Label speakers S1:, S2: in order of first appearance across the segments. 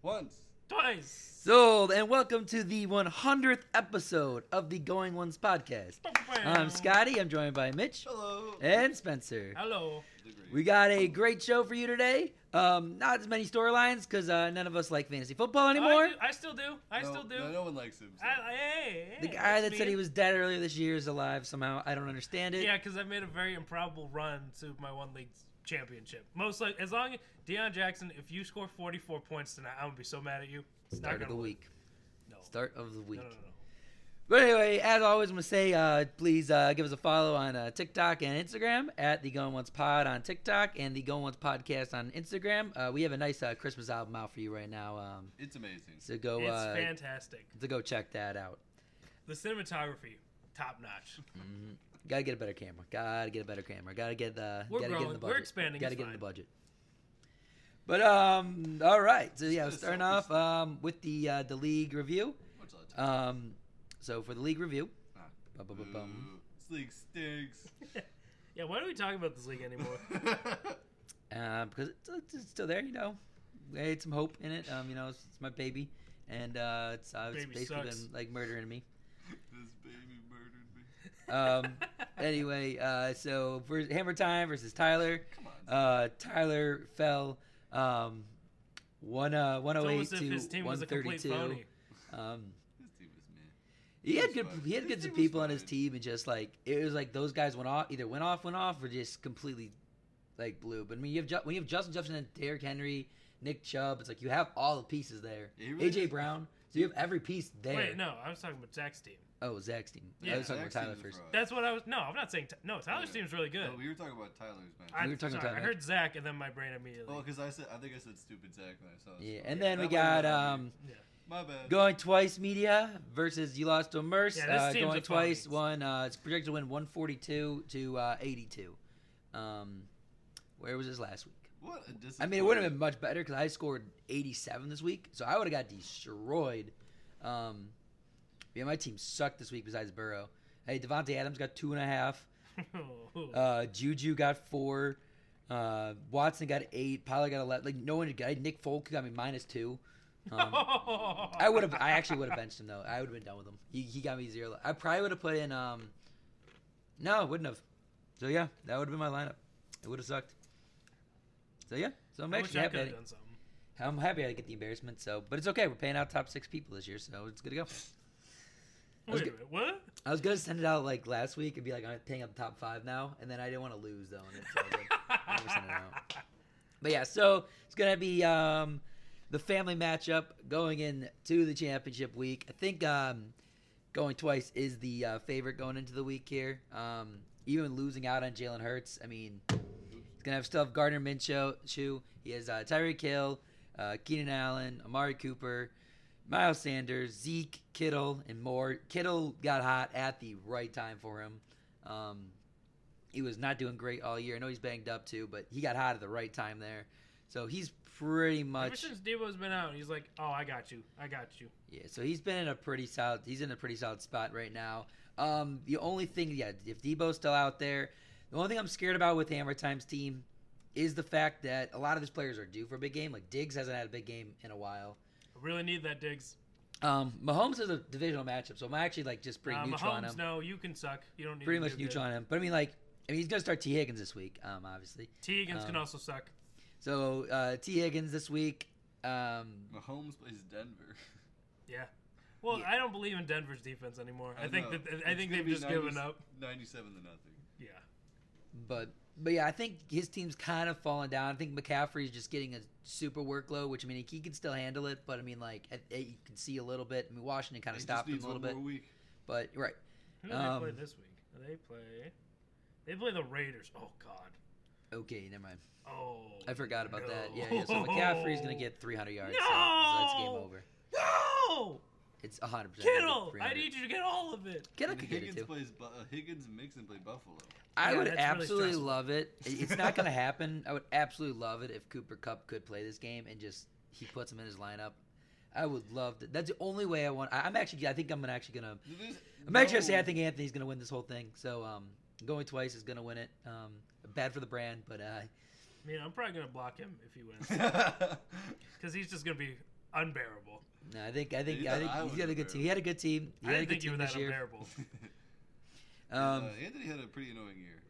S1: once.
S2: Twice.
S3: Sold, and welcome to the 100th episode of the Going Once podcast. I'm Scotty. I'm joined by Mitch
S1: Hello.
S3: and Spencer.
S2: Hello.
S3: Eh? We got a great show for you today. Um, not as many storylines because uh, none of us like fantasy football anymore.
S2: Oh, I, do- I still do. I
S1: no,
S2: still do.
S1: No, no one likes him. so-
S2: I, I- hey, hey,
S3: The guy
S2: that's
S3: that said
S2: me.
S3: he was dead earlier this year is alive somehow. I don't understand it.
S2: Yeah, because I made a very improbable run to my one league championship. Most like as long as Deion Jackson, if you score 44 points tonight, I'm gonna be so mad at you. It's not
S3: Start of
S2: gonna
S3: the
S2: win.
S3: week.
S2: No.
S3: Start of the week.
S2: No, no, no, no.
S3: But anyway, as always, I'm going to say uh, please uh, give us a follow on uh, TikTok and Instagram at the Going Once Pod on TikTok and the Going Once Podcast on Instagram. Uh, we have a nice uh, Christmas album out for you right now. Um,
S1: It's amazing.
S3: so go
S2: It's
S3: uh,
S2: fantastic.
S3: to go check that out.
S2: The cinematography, top notch.
S3: Gotta get a better camera. Gotta get a better camera. Gotta get the.
S2: We're
S3: gotta Get in
S2: growing.
S3: the
S2: We're
S3: budget.
S2: expanding.
S3: Gotta
S2: It's
S3: get in
S2: fine.
S3: the budget. But um, all right. So yeah,
S1: It's
S3: starting
S1: so-
S3: off um with the uh, the league review.
S1: Much love to him.
S3: Um, so for the league review.
S1: Ah.
S3: Bum, bum, bum, bum.
S1: Ooh, This league stinks.
S2: Yeah, why do we talk about this league anymore?
S3: Uh, because it's, it's- it's still there, you know. I had some hope in it. Um, you know, it's, it's my baby, and uh, it's, uh, it's
S2: Baby
S3: basically
S2: sucks.
S3: been like murdering me.
S1: this baby murdered me.
S3: Um, anyway, uh, so for Hammer Time versus Tyler.
S1: Come on.
S3: uh, Tyler fell um, one uh,
S2: it's
S3: 108
S2: almost as if his
S3: to
S2: team was a complete
S3: 132.
S2: phony.
S3: Um,
S1: this team is meh.
S3: he
S1: It
S3: had
S1: was
S3: good
S1: fine.
S3: he had
S1: His
S3: good
S1: team was
S3: people on his
S1: fine.
S3: team and just like it was like those guys went off either went off went off or just completely like blew. But I mean you have Ju- when you have Justin Jefferson and Derrick Henry, Nick Chubb, it's like you have all the pieces there.
S1: Yeah, he really
S3: AJ
S1: does.
S3: Brown, so you have every piece there.
S2: Wait, no, I was talking about Zach's team.
S3: Oh, Zach's team. I
S2: Yeah,
S3: was talking about
S1: Zach's team
S3: Tyler
S1: is a
S3: first.
S1: fraud.
S2: That's what I was. No, I'm not saying. T- no, Tyler's
S1: Yeah.
S2: team's really good.
S1: No, we were talking about Tyler's match.
S2: I,
S3: We were talking
S2: sorry,
S3: about
S2: I
S3: that.
S2: heard Zach, and then my brain immediately.
S1: Oh, because I said I think I said stupid Zach when I saw. this
S3: Yeah,
S1: one.
S3: and then we
S1: That might've
S3: got
S1: been
S3: um,
S1: me.
S2: yeah.
S1: My bad.
S3: Going twice media versus you lost to immerse.
S2: Yeah, this
S3: uh,
S2: team's
S3: going
S2: a
S3: twice
S2: phony.
S3: won. Uh, it's projected to win 142 to uh, 82. Um, where was this last week?
S1: What a
S3: I mean, it would have been much better because I scored 87 this week, so I would have got destroyed. Um, yeah, my team sucked this week. Besides Burrow, hey Devontae Adams got two and a half.
S2: Oh.
S3: Uh, Juju got four. Uh, Watson got eight. Pollard got eleven. Like no one got. Nick Folk got me minus two. Um, I would have. I actually would have benched him though. I would have been done with him. He, he got me zero. I probably would have put in. Um, no, I wouldn't have. So yeah, that would have been my lineup. It would have sucked. So yeah, so I'm
S2: I wish
S3: actually
S2: I
S3: happy.
S2: could
S3: I
S2: have
S3: didn't-
S2: done something.
S3: I'm happy I get the embarrassment. So, but it's okay. We're paying out top six people this year, so it's good to go. I
S2: Wait
S3: was
S2: a
S3: go-
S2: minute, what?
S3: I was gonna send it out like last week and be like, I'm paying out the top five now, and then I didn't want to lose though. And it, so I was like, I'm never sending it out. But yeah, so it's gonna be um, the family matchup going into the championship week. I think um, going twice is the uh, favorite going into the week here. Um, even losing out on Jalen Hurts, I mean, he's gonna have still have Gardner Minshew. He has uh, Tyreek Hill, uh, Keenan Allen, Amari Cooper, Miles Sanders, Zeke, Kittle, and more. Kittle got hot at the right time for him. Um, he was not doing great all year. I know he's banged up too, but he got hot at the right time there. So he's pretty
S2: Ever
S3: much
S2: since Debo's been out, he's like, "Oh, I got you, I got you."
S3: yeah. So he's been in a pretty solid. He's in a pretty solid spot right now. Um, the only thing, yeah, if Debo's still out there, the only thing I'm scared about with Hammer Time's team is the fact that a lot of these players are due for a big game. Like Diggs hasn't had a big game in a while.
S2: I really need that, Diggs.
S3: Um, Mahomes is a divisional matchup, so I'm actually like just pretty
S2: Uh,
S3: neutral on
S2: Mahomes,
S3: him.
S2: no, you can suck. You don't need.
S3: pretty
S2: to
S3: much
S2: do
S3: neutral on him. But I mean, like, I mean, he's gonna start T Higgins this week, um, obviously.
S2: Good. T Higgins can
S3: Um,
S2: also suck.
S3: So uh, T Higgins this week. Um,
S1: Mahomes plays Denver.
S2: Yeah. Well,
S3: Yeah.
S2: I don't believe in Denver's defense anymore. I, think
S1: know.
S2: that I
S1: It's
S2: think
S1: gonna
S2: they've
S1: be
S2: just
S1: 90
S2: given up.
S1: Ninety-seven to nothing.
S2: Yeah.
S3: But but yeah, I think his team's kind of fallen down. I think McCaffrey's just getting a super workload, which I mean he can still handle it, but I mean like I, I- you can see a little bit. I mean Washington kind
S1: He
S3: of
S1: just
S3: stopped him
S1: needs
S3: a little
S1: one
S3: bit,
S1: more week.
S3: but right.
S2: Who do they play
S3: Um,
S2: this week? They play. They play the Raiders. Oh God.
S3: Okay, never mind.
S2: Oh.
S3: I forgot about that. Yeah,
S2: no.
S3: yeah. So McCaffrey's gonna get 300 yards. so- So, that's game
S2: No!
S3: over.
S2: No,
S3: It's 100.
S2: Kittle. I need you to get all of it.
S3: Kittle
S1: And
S3: could get it
S1: Higgins
S3: too.
S1: plays Bu- uh, Higgins Mix and play Buffalo.
S3: I
S2: Yeah,
S3: would
S2: that's really
S3: absolutely
S2: stressful.
S3: love it. I- It's not going to happen. I would absolutely love it if Cooper Cup could play this game and just he puts him in his lineup. I would love that. That's the only way I want. I, I'm actually. I think I'm gonna actually gonna.
S1: There's
S3: I'm actually gonna
S1: no-
S3: say I think Anthony's gonna win this whole thing. So um, going twice is gonna win it. Um, bad for the brand, but uh,
S2: I mean, I'm probably gonna block him if he wins,
S1: I
S2: because he's just gonna be unbearable.
S3: No, I think I think
S1: He
S3: I
S1: thought
S3: think
S1: I
S3: he's
S1: was
S3: got a good team. He had a good team. He
S2: I
S3: had a
S2: didn't
S3: good
S2: think you
S3: team
S2: were
S3: this
S2: that
S3: year.
S2: unbearable.
S3: Um,
S1: uh, Anthony had a pretty annoying year.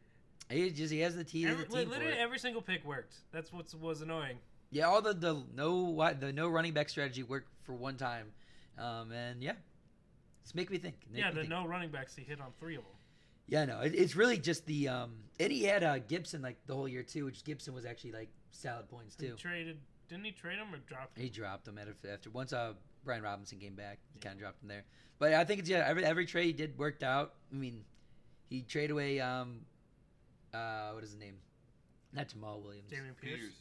S3: he just he has the team.
S2: Every,
S3: the team for
S2: literally
S3: it.
S2: every single pick worked. That's what was annoying.
S3: Yeah, all the the no wide the no running back strategy worked for one time, um, and yeah, it's make me think. make
S2: yeah,
S3: me
S2: the
S3: think.
S2: no running backs. He hit on three of them.
S3: Yeah, no, it, it's really just the um, and he had uh, Gibson like the whole year too, which Gibson was actually like solid points
S2: He
S3: too.
S2: traded. Didn't he trade him or drop him?
S3: He dropped him after, after once uh, Brian Robinson came back, he kind of dropped him there. But I think it's yeah, every every trade he did worked out. I mean, he traded away um, uh, what is his name? Not Jamal Williams.
S2: Damian Pierce.
S1: Peters.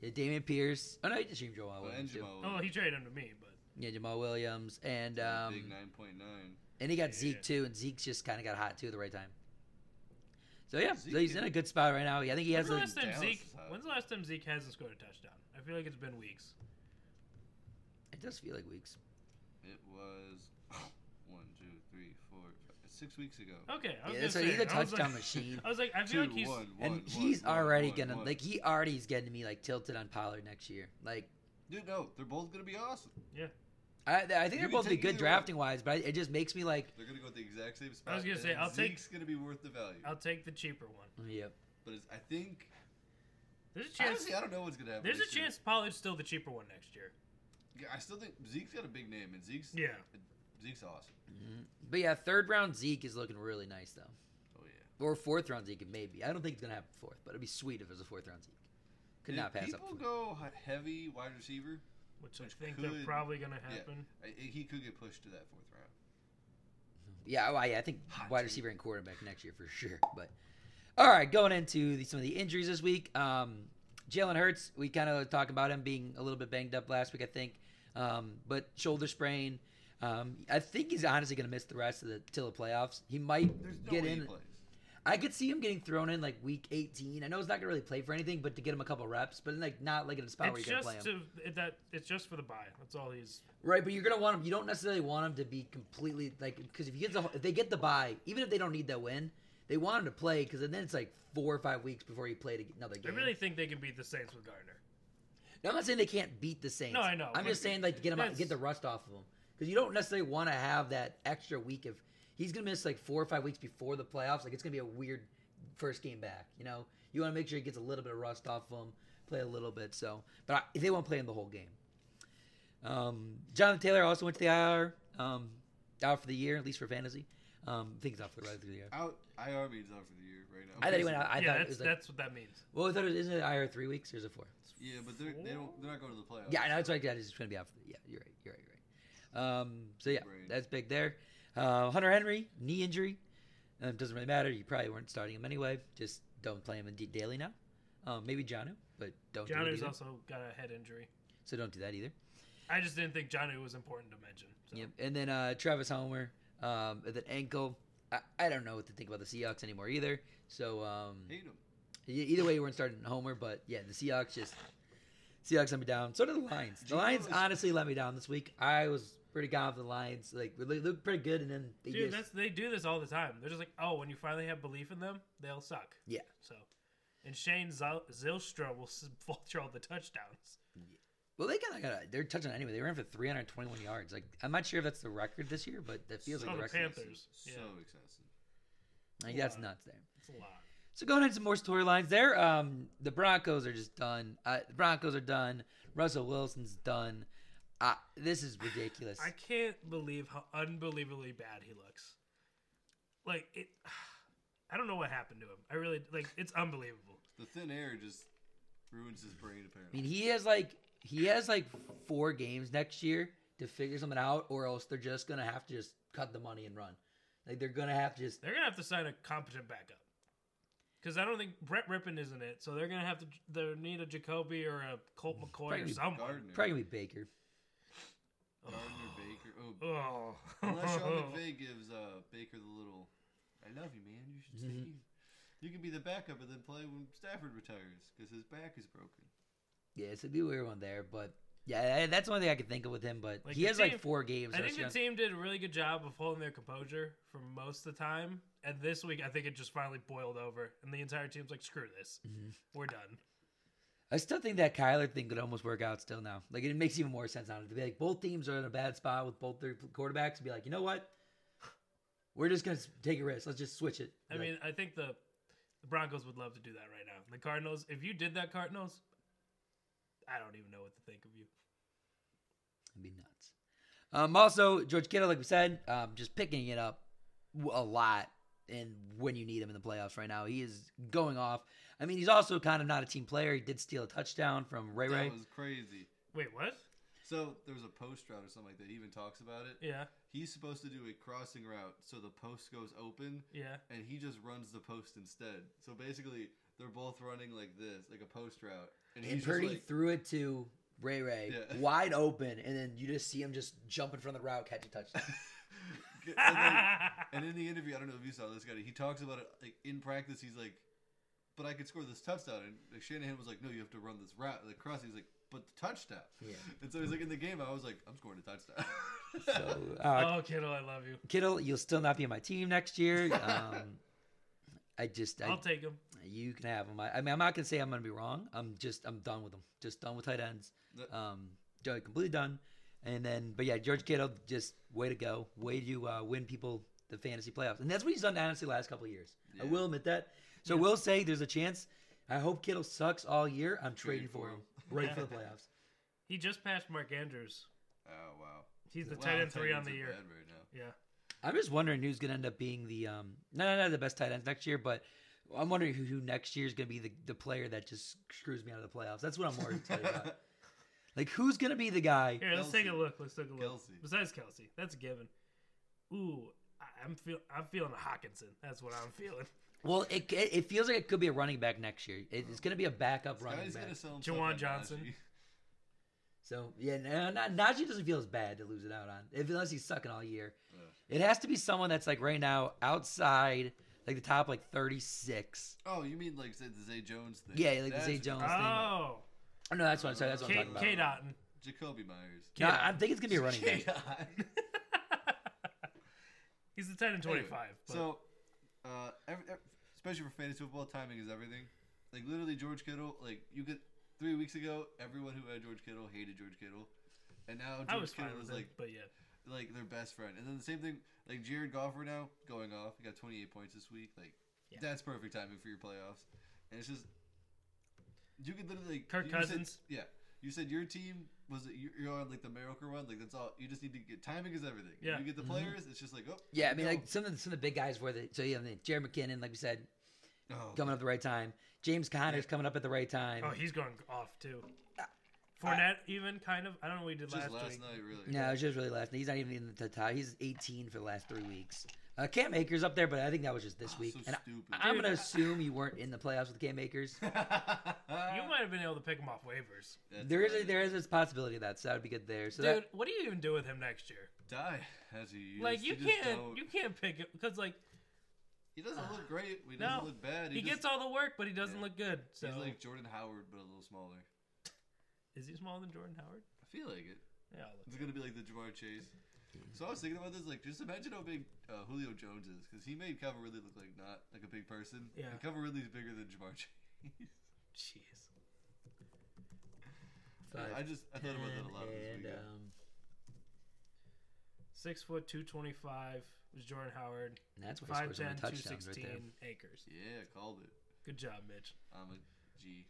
S3: Yeah, Damian Pierce. Oh no, he did stream Jamal
S1: Oh,
S3: Williams
S1: and
S3: too.
S1: Jamal.
S2: Oh, he traded him to me, but
S3: Yeah, Jamal Williams and
S1: Williams.
S3: um,
S1: Big 9.9.
S3: and he got
S2: Yeah.
S3: Zeke too, and Zeke's just kind of got hot too at the right time. So yeah, so
S1: Zeke
S3: he's
S1: is-
S3: in a good spot right now. I think he has
S2: when's the last
S3: a,
S2: time
S1: Dallas
S2: Zeke?
S1: is hot.
S2: When's the last time Zeke hasn't scored a touchdown? I feel like it's been weeks.
S3: it does feel like weeks.
S1: It was one, two, three, four, five, six weeks ago.
S2: Okay, I was
S3: Yeah,
S2: gonna
S3: that's right.
S2: say,
S3: He's a
S2: I was
S3: touchdown
S2: like-
S3: machine.
S2: I was like, I
S1: Two,
S2: feel like he's.
S1: one,
S3: and
S1: one,
S3: he's
S1: one, one,
S3: already
S1: one,
S3: gonna
S1: one.
S3: like he already is getting me like tilted on Pollard next year. Like
S1: Dude, no, they're both gonna be awesome.
S3: I, I think
S1: You
S3: they're
S1: can
S3: both be
S1: take
S3: good
S1: either one.
S3: drafting wise, but I, it just makes me like,
S1: They're gonna go at the exact same spot.
S2: gonna
S1: and
S2: say, I'll take-
S1: Zeke's gonna be worth the value.
S2: I'll take the cheaper one.
S3: yep.
S1: But it's, I think
S2: There's a chance.
S1: honestly, I don't know what's gonna happen.
S2: There's a
S1: this year.
S2: chance Pollard's still the cheaper one next year.
S1: Yeah, I still think Zeke's got a big name, and Zeke's
S2: Yeah.
S1: Zeke's awesome.
S3: Mhm. But yeah, third round Zeke is looking really nice though,
S1: Oh yeah.
S3: or fourth round Zeke maybe. I don't think it's gonna happen fourth, but it'd be sweet if it was a fourth round Zeke. Could
S1: And
S3: not
S1: if
S3: pass up.
S1: people
S3: fourth.
S1: go h- heavy wide receiver,
S2: Which,
S1: Which
S2: I think
S1: could-
S2: they're probably going to
S1: yeah.
S2: happen.
S1: I, I- he could get pushed to that fourth round.
S3: Yeah, well, yeah, I think
S1: Hot
S3: wide
S1: take.
S3: receiver and quarterback next year for sure. But all right, going into the, some of the injuries this week, um, Jalen Hurts. We kind of talked about him being a little bit banged up last week, I think, um, but shoulder sprain. Um, I think he's honestly going to miss the rest of the till the playoffs. He might
S1: There's no
S3: get
S1: way
S3: in.
S1: he plays.
S3: I could see him getting thrown in like week 18. I know he's not going to really play for anything, but to get him a couple reps, but like not like in a spot where
S2: it's
S3: you're going to play
S2: just
S3: him.
S2: to, it- that it's just for the buy. That's all he's.
S3: Right, but you're gonna want them. You don't necessarily want them to be completely like because if you get the if they get the bye, even if they don't need that win, they want him to play because then it's like four or five weeks before you play another
S2: I
S3: game.
S2: really think they can beat the Saints with Gardner.
S3: Now, I'm not saying they can't beat the Saints.
S2: No, I know,
S3: I'm
S2: but
S3: just saying like get them out,
S2: that's-
S3: get the rust off of them because you don't necessarily want to have that extra week if he's gonna miss like four or five weeks before the playoffs. Like it's gonna be a weird first game back. You know, you want to make sure he gets a little bit of rust off of him, play a little bit. So, but I, they won't play him the whole game. Um, Jonathan Taylor also went to the IR, um, out for the year at least for fantasy. Um, I think he's out for the rest of the year.
S1: Out IR means out for the year right now.
S3: I thought he went out. I
S2: yeah,
S3: thought it
S2: that's,
S3: was like,
S2: that's what that means.
S3: well, I thought it was, isn't it IR three weeks or is it four?
S1: Yeah, but they're they don't they're not going to the playoffs.
S3: Yeah, I know that's right. Yeah, it's going to be out for the. Yeah, you're right. You're right. You're right. Um, so yeah,
S1: Right.
S3: that's big there. Uh, Hunter Henry knee injury. Um, doesn't really matter. You probably weren't starting him anyway. Just don't play him in D- daily now. Um, maybe Janu, but don't. Oh, do it
S2: Johnny's
S3: either.
S2: also got a head injury.
S3: so don't do that either.
S2: I just didn't think Johnny was important to mention. So.
S3: Yep. And then uh, Travis Homer um, with an ankle. I, I don't know what to think about the Seahawks anymore either. So um,
S1: hate him.
S3: e- either way, you weren't starting Homer, but yeah, the Seahawks just Seahawks let me down. So did the Lions. The
S1: Geno
S3: Lions
S1: is-
S3: honestly let me down this week. I was pretty confident the Lions like they looked pretty good, and then they
S2: Dude,
S3: just
S2: that's they do this all the time. They're just like, oh, when you finally have belief in them, they'll suck.
S3: Yeah.
S2: So, and Shane Zil- Zilstra will s- vulture all the touchdowns.
S3: well they kind of got a, they're touching anyway. They ran for 321 yards. Like I'm not sure if that's the record this year, but that feels
S1: So
S3: like the
S2: the
S3: record.
S2: Panthers,
S1: So
S2: yeah.
S1: excessive.
S3: Like that's
S2: Yeah.
S3: nuts there.
S2: It's a lot.
S3: So going into some more storylines there, um, the Broncos are just done. Uh, the Broncos are done. Russell Wilson's done. Uh, this is ridiculous.
S2: I can't believe how unbelievably bad he looks. Like it, I don't know what happened to him. I really like. It's unbelievable.
S1: The thin air just ruins his brain
S3: I
S1: apparently.
S3: mean, he has like he has like four games next year to figure something out, or else they're just gonna have to just cut the money and run. Like they're gonna have to just
S2: They're gonna have to sign a competent backup because I don't think Brett Rippon isn't it. So they're gonna have to. They need a Jacoby or a Colt McCoy or
S3: Probably
S2: someone.
S1: Gardner,
S3: probably gonna be Baker.
S1: Gardner, Baker. Oh,
S2: Oh,
S1: Unless Sean McVay gives uh, Baker the little, I love you, man. You should
S3: Mm-hmm.
S1: stay. You can be the backup and then play when Stafford retires because his back is broken.
S3: Yeah, it's a be a weird one there, but yeah, I- that's the only thing I could think of with him. But
S2: Like,
S3: he
S2: the
S3: has
S2: team-
S3: like four games.
S2: I
S3: so
S2: think the
S3: it's
S2: team did a really good job of holding their composure for most of the time. And this week, I think it just finally boiled over, and the entire team's like, "Screw this,
S3: Mhm.
S2: we're done."
S3: I still think that Kyler thing could almost work out still now. Like it makes even more sense now to be like both teams are in a bad spot with both their quarterbacks and be like, you know what? We're just gonna take a risk. Let's just switch it.
S2: I
S3: Like,
S2: mean, I think the the Broncos would love to do that right now. The Cardinals, if you did that, Cardinals, I don't even know what to think of you.
S3: It'd be nuts. Um, also, George Kittle, like we said, um, just picking it up w- a lot. And when you need him in the playoffs right now, he is going off. I mean, he's also kind of not a team player. He did steal a touchdown from Ray Ray.
S1: That was crazy.
S2: Wait, what?
S1: So there was a post route or something like that. He even talks about it.
S2: Yeah,
S1: He's supposed to do a crossing route so the post goes open,
S2: yeah.
S1: and he just runs the post instead. So basically, they're both running like this, like a post route, and
S3: and
S1: he's just
S3: Purdy
S1: like,
S3: threw it to Ray Ray
S1: Yeah.
S3: wide open, and then you just see him just jump in front of the route, catch a touchdown.
S1: and, like, and in the interview, I don't know if you saw this guy. He talks about it like in practice. He's like, "But I could score this touchdown." And like, Shanahan was like, "No, you have to run this route, the crossing." He's like, "But the touchdown."
S3: Yeah.
S1: And so he's like, in the game, I was like, "I'm scoring a touchdown."
S3: so, uh,
S2: oh, Kittle, I love you.
S3: Kittle, you'll still not be in my team next year. Um, I just,
S2: I'll
S3: I,
S2: take him.
S3: you can have him. I, I mean, I'm not gonna say I'm gonna be wrong. I'm just, I'm done with him. Just done with tight ends.
S1: The-
S3: Um, done- completely done. And then, but yeah, George Kittle, just way to go, way to uh, win people the fantasy playoffs, and that's what he's done honestly the last couple of years. I
S1: Yeah.
S3: will admit that. So
S2: Yeah.
S3: we'll say there's a chance. I hope Kittle sucks all year. I'm
S1: Trading
S3: trading
S1: for
S3: for him right
S2: Yeah.
S3: for the playoffs.
S2: He just passed Mark Andrews.
S1: oh wow.
S2: He's the
S1: Wow,
S2: tight end three on
S1: ends
S2: the
S1: are
S2: year.
S1: bad right now.
S2: Yeah.
S3: I'm just wondering who's going to end up being the um no not the best tight ends next year, but I'm wondering who, who next year is going to be the, the player that just screws me out of the playoffs. That's what I'm more excited about. Like who's going to be the guy?
S2: Here, let's take a
S1: Kelsey.
S2: look. Let's take a look.
S1: Kelsey.
S2: Besides Kelsey, that's a given. Ooh, I- I'm feel I'm feeling a Hawkinson. That's what I'm feeling.
S3: Well, it, it it feels like it could be a running back next year. It, it's going to be a backup running
S1: Guy's
S3: back.
S1: gonna sell himself
S2: Jawan
S1: on
S2: Johnson.
S1: Najee.
S3: So yeah, no, not, Najee doesn't feel as bad to lose it out on, if, unless he's sucking all year.
S1: Yeah.
S3: It has to be someone that's like right now outside, like the top like 36.
S1: Oh, you mean like the Zay Jones thing?
S3: Yeah, like the
S1: That's
S3: Zay
S1: what-
S3: Jones thing.
S2: Oh,
S3: Oh no, that's what I'm sorry. That's what I'm
S2: K
S3: talking
S2: K
S3: about.
S2: Dotton.
S1: Jacoby Myers.
S3: No,
S2: K-Dot.
S3: I think it's gonna be a running back.
S1: K-Dot.
S2: He's the tight end
S1: Anyway,
S2: twenty five.
S1: So, uh, every, ev- especially for fantasy football, timing is everything. Like literally, George Kittle. Like you could three weeks ago, everyone who had George Kittle hated George Kittle, and now
S2: I
S1: George
S2: was fine
S1: Kittle
S2: with
S1: is
S2: it,
S1: like
S2: but yeah.
S1: like their best friend. And then the same thing, like Jared Goff right now going off. He got 28 points this week. Like
S2: Yeah.
S1: that's perfect timing for your playoffs. And it's just you could literally
S2: Kirk
S1: you said-
S2: Cousins.
S1: yeah, you said your team was you- you're on like the miracle run. Like that's all. You just need to get timing is everything.
S2: Yeah.
S1: you get the
S3: Mhm.
S1: players. It's just like oh
S3: Yeah, I mean
S1: no.
S3: like some of the, some of the big guys were the so yeah, I mean, Jared McKinnon, like we said,
S1: Oh,
S3: coming up at the right time. James Conner's
S1: Yeah.
S3: coming up at the right time.
S2: Oh, he's going off too. Fournette, even kind of. I don't know what he did
S1: just last,
S2: last, week.
S1: night really.
S3: no, it's just really last. He's not even in the top. He's 18 for the last three weeks. Uh, Cam Akers up there, but I think that was just this
S1: Oh,
S3: week.
S1: So
S3: and
S1: stupid.
S3: I, I'm
S2: Dude,
S3: gonna
S2: I-
S3: assume you weren't in the playoffs with Cam Akers.
S2: You might have been able to pick him off waivers,
S1: That's
S3: There is a,
S1: right.
S3: there is this possibility of that, so that would be good there. So
S2: dude.
S3: that,
S2: what do you even do with him next year?
S1: die as he used.
S2: like you,
S1: just
S2: can't,
S1: don't-
S2: you can't pick it because like
S1: He doesn't look great. He
S2: No.
S1: doesn't look bad.
S2: he,
S1: just-
S2: gets all the work, but he doesn't
S1: Yeah.
S2: look good. So
S1: He's like Jordan Howard, but a little smaller.
S2: is he smaller than Jordan Howard?
S1: I feel like it.
S2: Yeah, I'll look.
S1: It's gonna be like the Jamar Chase. So I was thinking about this, like, just imagine how big uh, Julio Jones is, because he made Calvin Ridley look like not like a big person.
S2: Yeah.
S1: And Calvin Ridley's bigger than Jamar Chase.
S2: jeez.
S3: Five,
S1: I just I thought about that a lot this
S3: and,
S1: weekend.
S2: uh,
S3: um,
S2: Six foot two twenty five was Jordan Howard.
S3: that's what
S2: Five
S3: scores on
S2: ten,
S3: the
S2: two
S3: touchdowns right
S2: sixteen
S3: there.
S2: acres.
S1: yeah, called it.
S2: Good job, Mitch.
S1: I'm a G.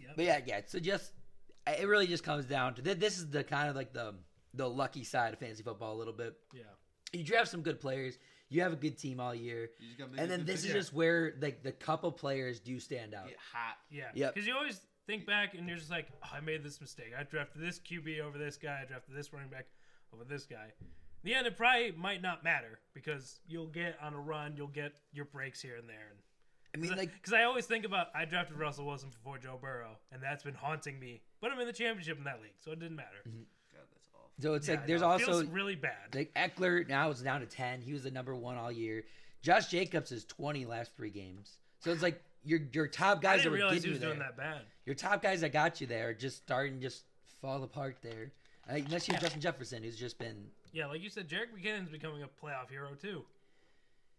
S2: Yep.
S3: But yeah, yeah. So just I- it really just comes down to th- this is the kind of like the the lucky side of fantasy football a little bit.
S2: Yeah.
S3: You draft some good players, you have a good team all year,
S1: You just got
S3: and then this is
S2: Yeah.
S3: just where like the couple players do stand out.
S1: get hot.
S2: Yeah.
S3: Yep.
S2: Because you always think back and you're just like, oh, I made this mistake. I drafted this QB over this guy. I drafted this running back over this guy. In the end, it probably might not matter because you'll get on a run, you'll get your breaks here and there.
S3: I mean, like
S2: Because I always think about I drafted Russell Wilson before Joe Burrow, and that's been haunting me. But I'm in the championship in that league, so it didn't matter.
S3: Mm-hmm.
S1: God, that's awful.
S3: so it's
S2: Yeah, I
S3: like there's
S2: know. It
S3: also
S2: feels really bad.
S3: like Eckler now is down to ten. He was the number one all year. Josh Jacobs is twenty last three games. So it's like your your top
S2: I
S3: guys that
S2: didn't
S3: were
S2: realize
S3: getting
S2: he
S3: you
S2: was
S3: there.
S2: doing that bad.
S3: Your top guys that got you there are just starting to just fall apart there. Uh, unless you're Justin Jefferson, who's just been
S2: Yeah, like you said, Jarek McKinnon's becoming a playoff hero too.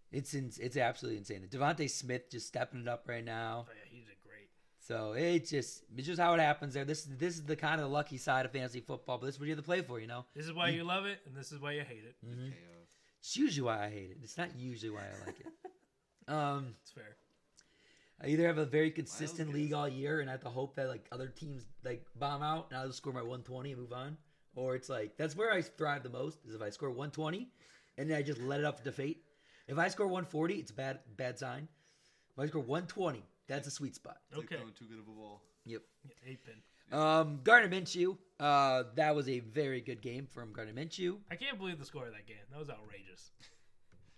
S3: It's in, it's absolutely insane. Devonte Smith just stepping it up right now.
S2: Oh yeah, he's a great.
S3: So it just it's just how it happens there. This is this is the kind of lucky side of fantasy football, but this is what you have to play for, you know.
S2: This is why you love it, and this is why you hate it.
S3: Mhm.
S1: Chaos.
S3: It's usually why I hate it. It's not usually why I like it. um,
S2: It's fair.
S3: I either have a very consistent
S1: get
S3: league
S1: us
S3: all year and I have to hope that like other teams like bomb out and I'll just score my 120 and move on, or it's like that's where I thrive the most is if I score 120 and then I just let it up to fate. If I score 140, it's a bad bad sign. If I score 120, that's a sweet spot.
S1: It's
S2: Okay.
S1: Like throwing too good of a ball.
S3: Yep.
S2: Yeah, Eight pin.
S3: Um, Gardner Minshew. Uh, that was a very good game from Gardner Minshew.
S2: I can't believe the score of that game. That was outrageous.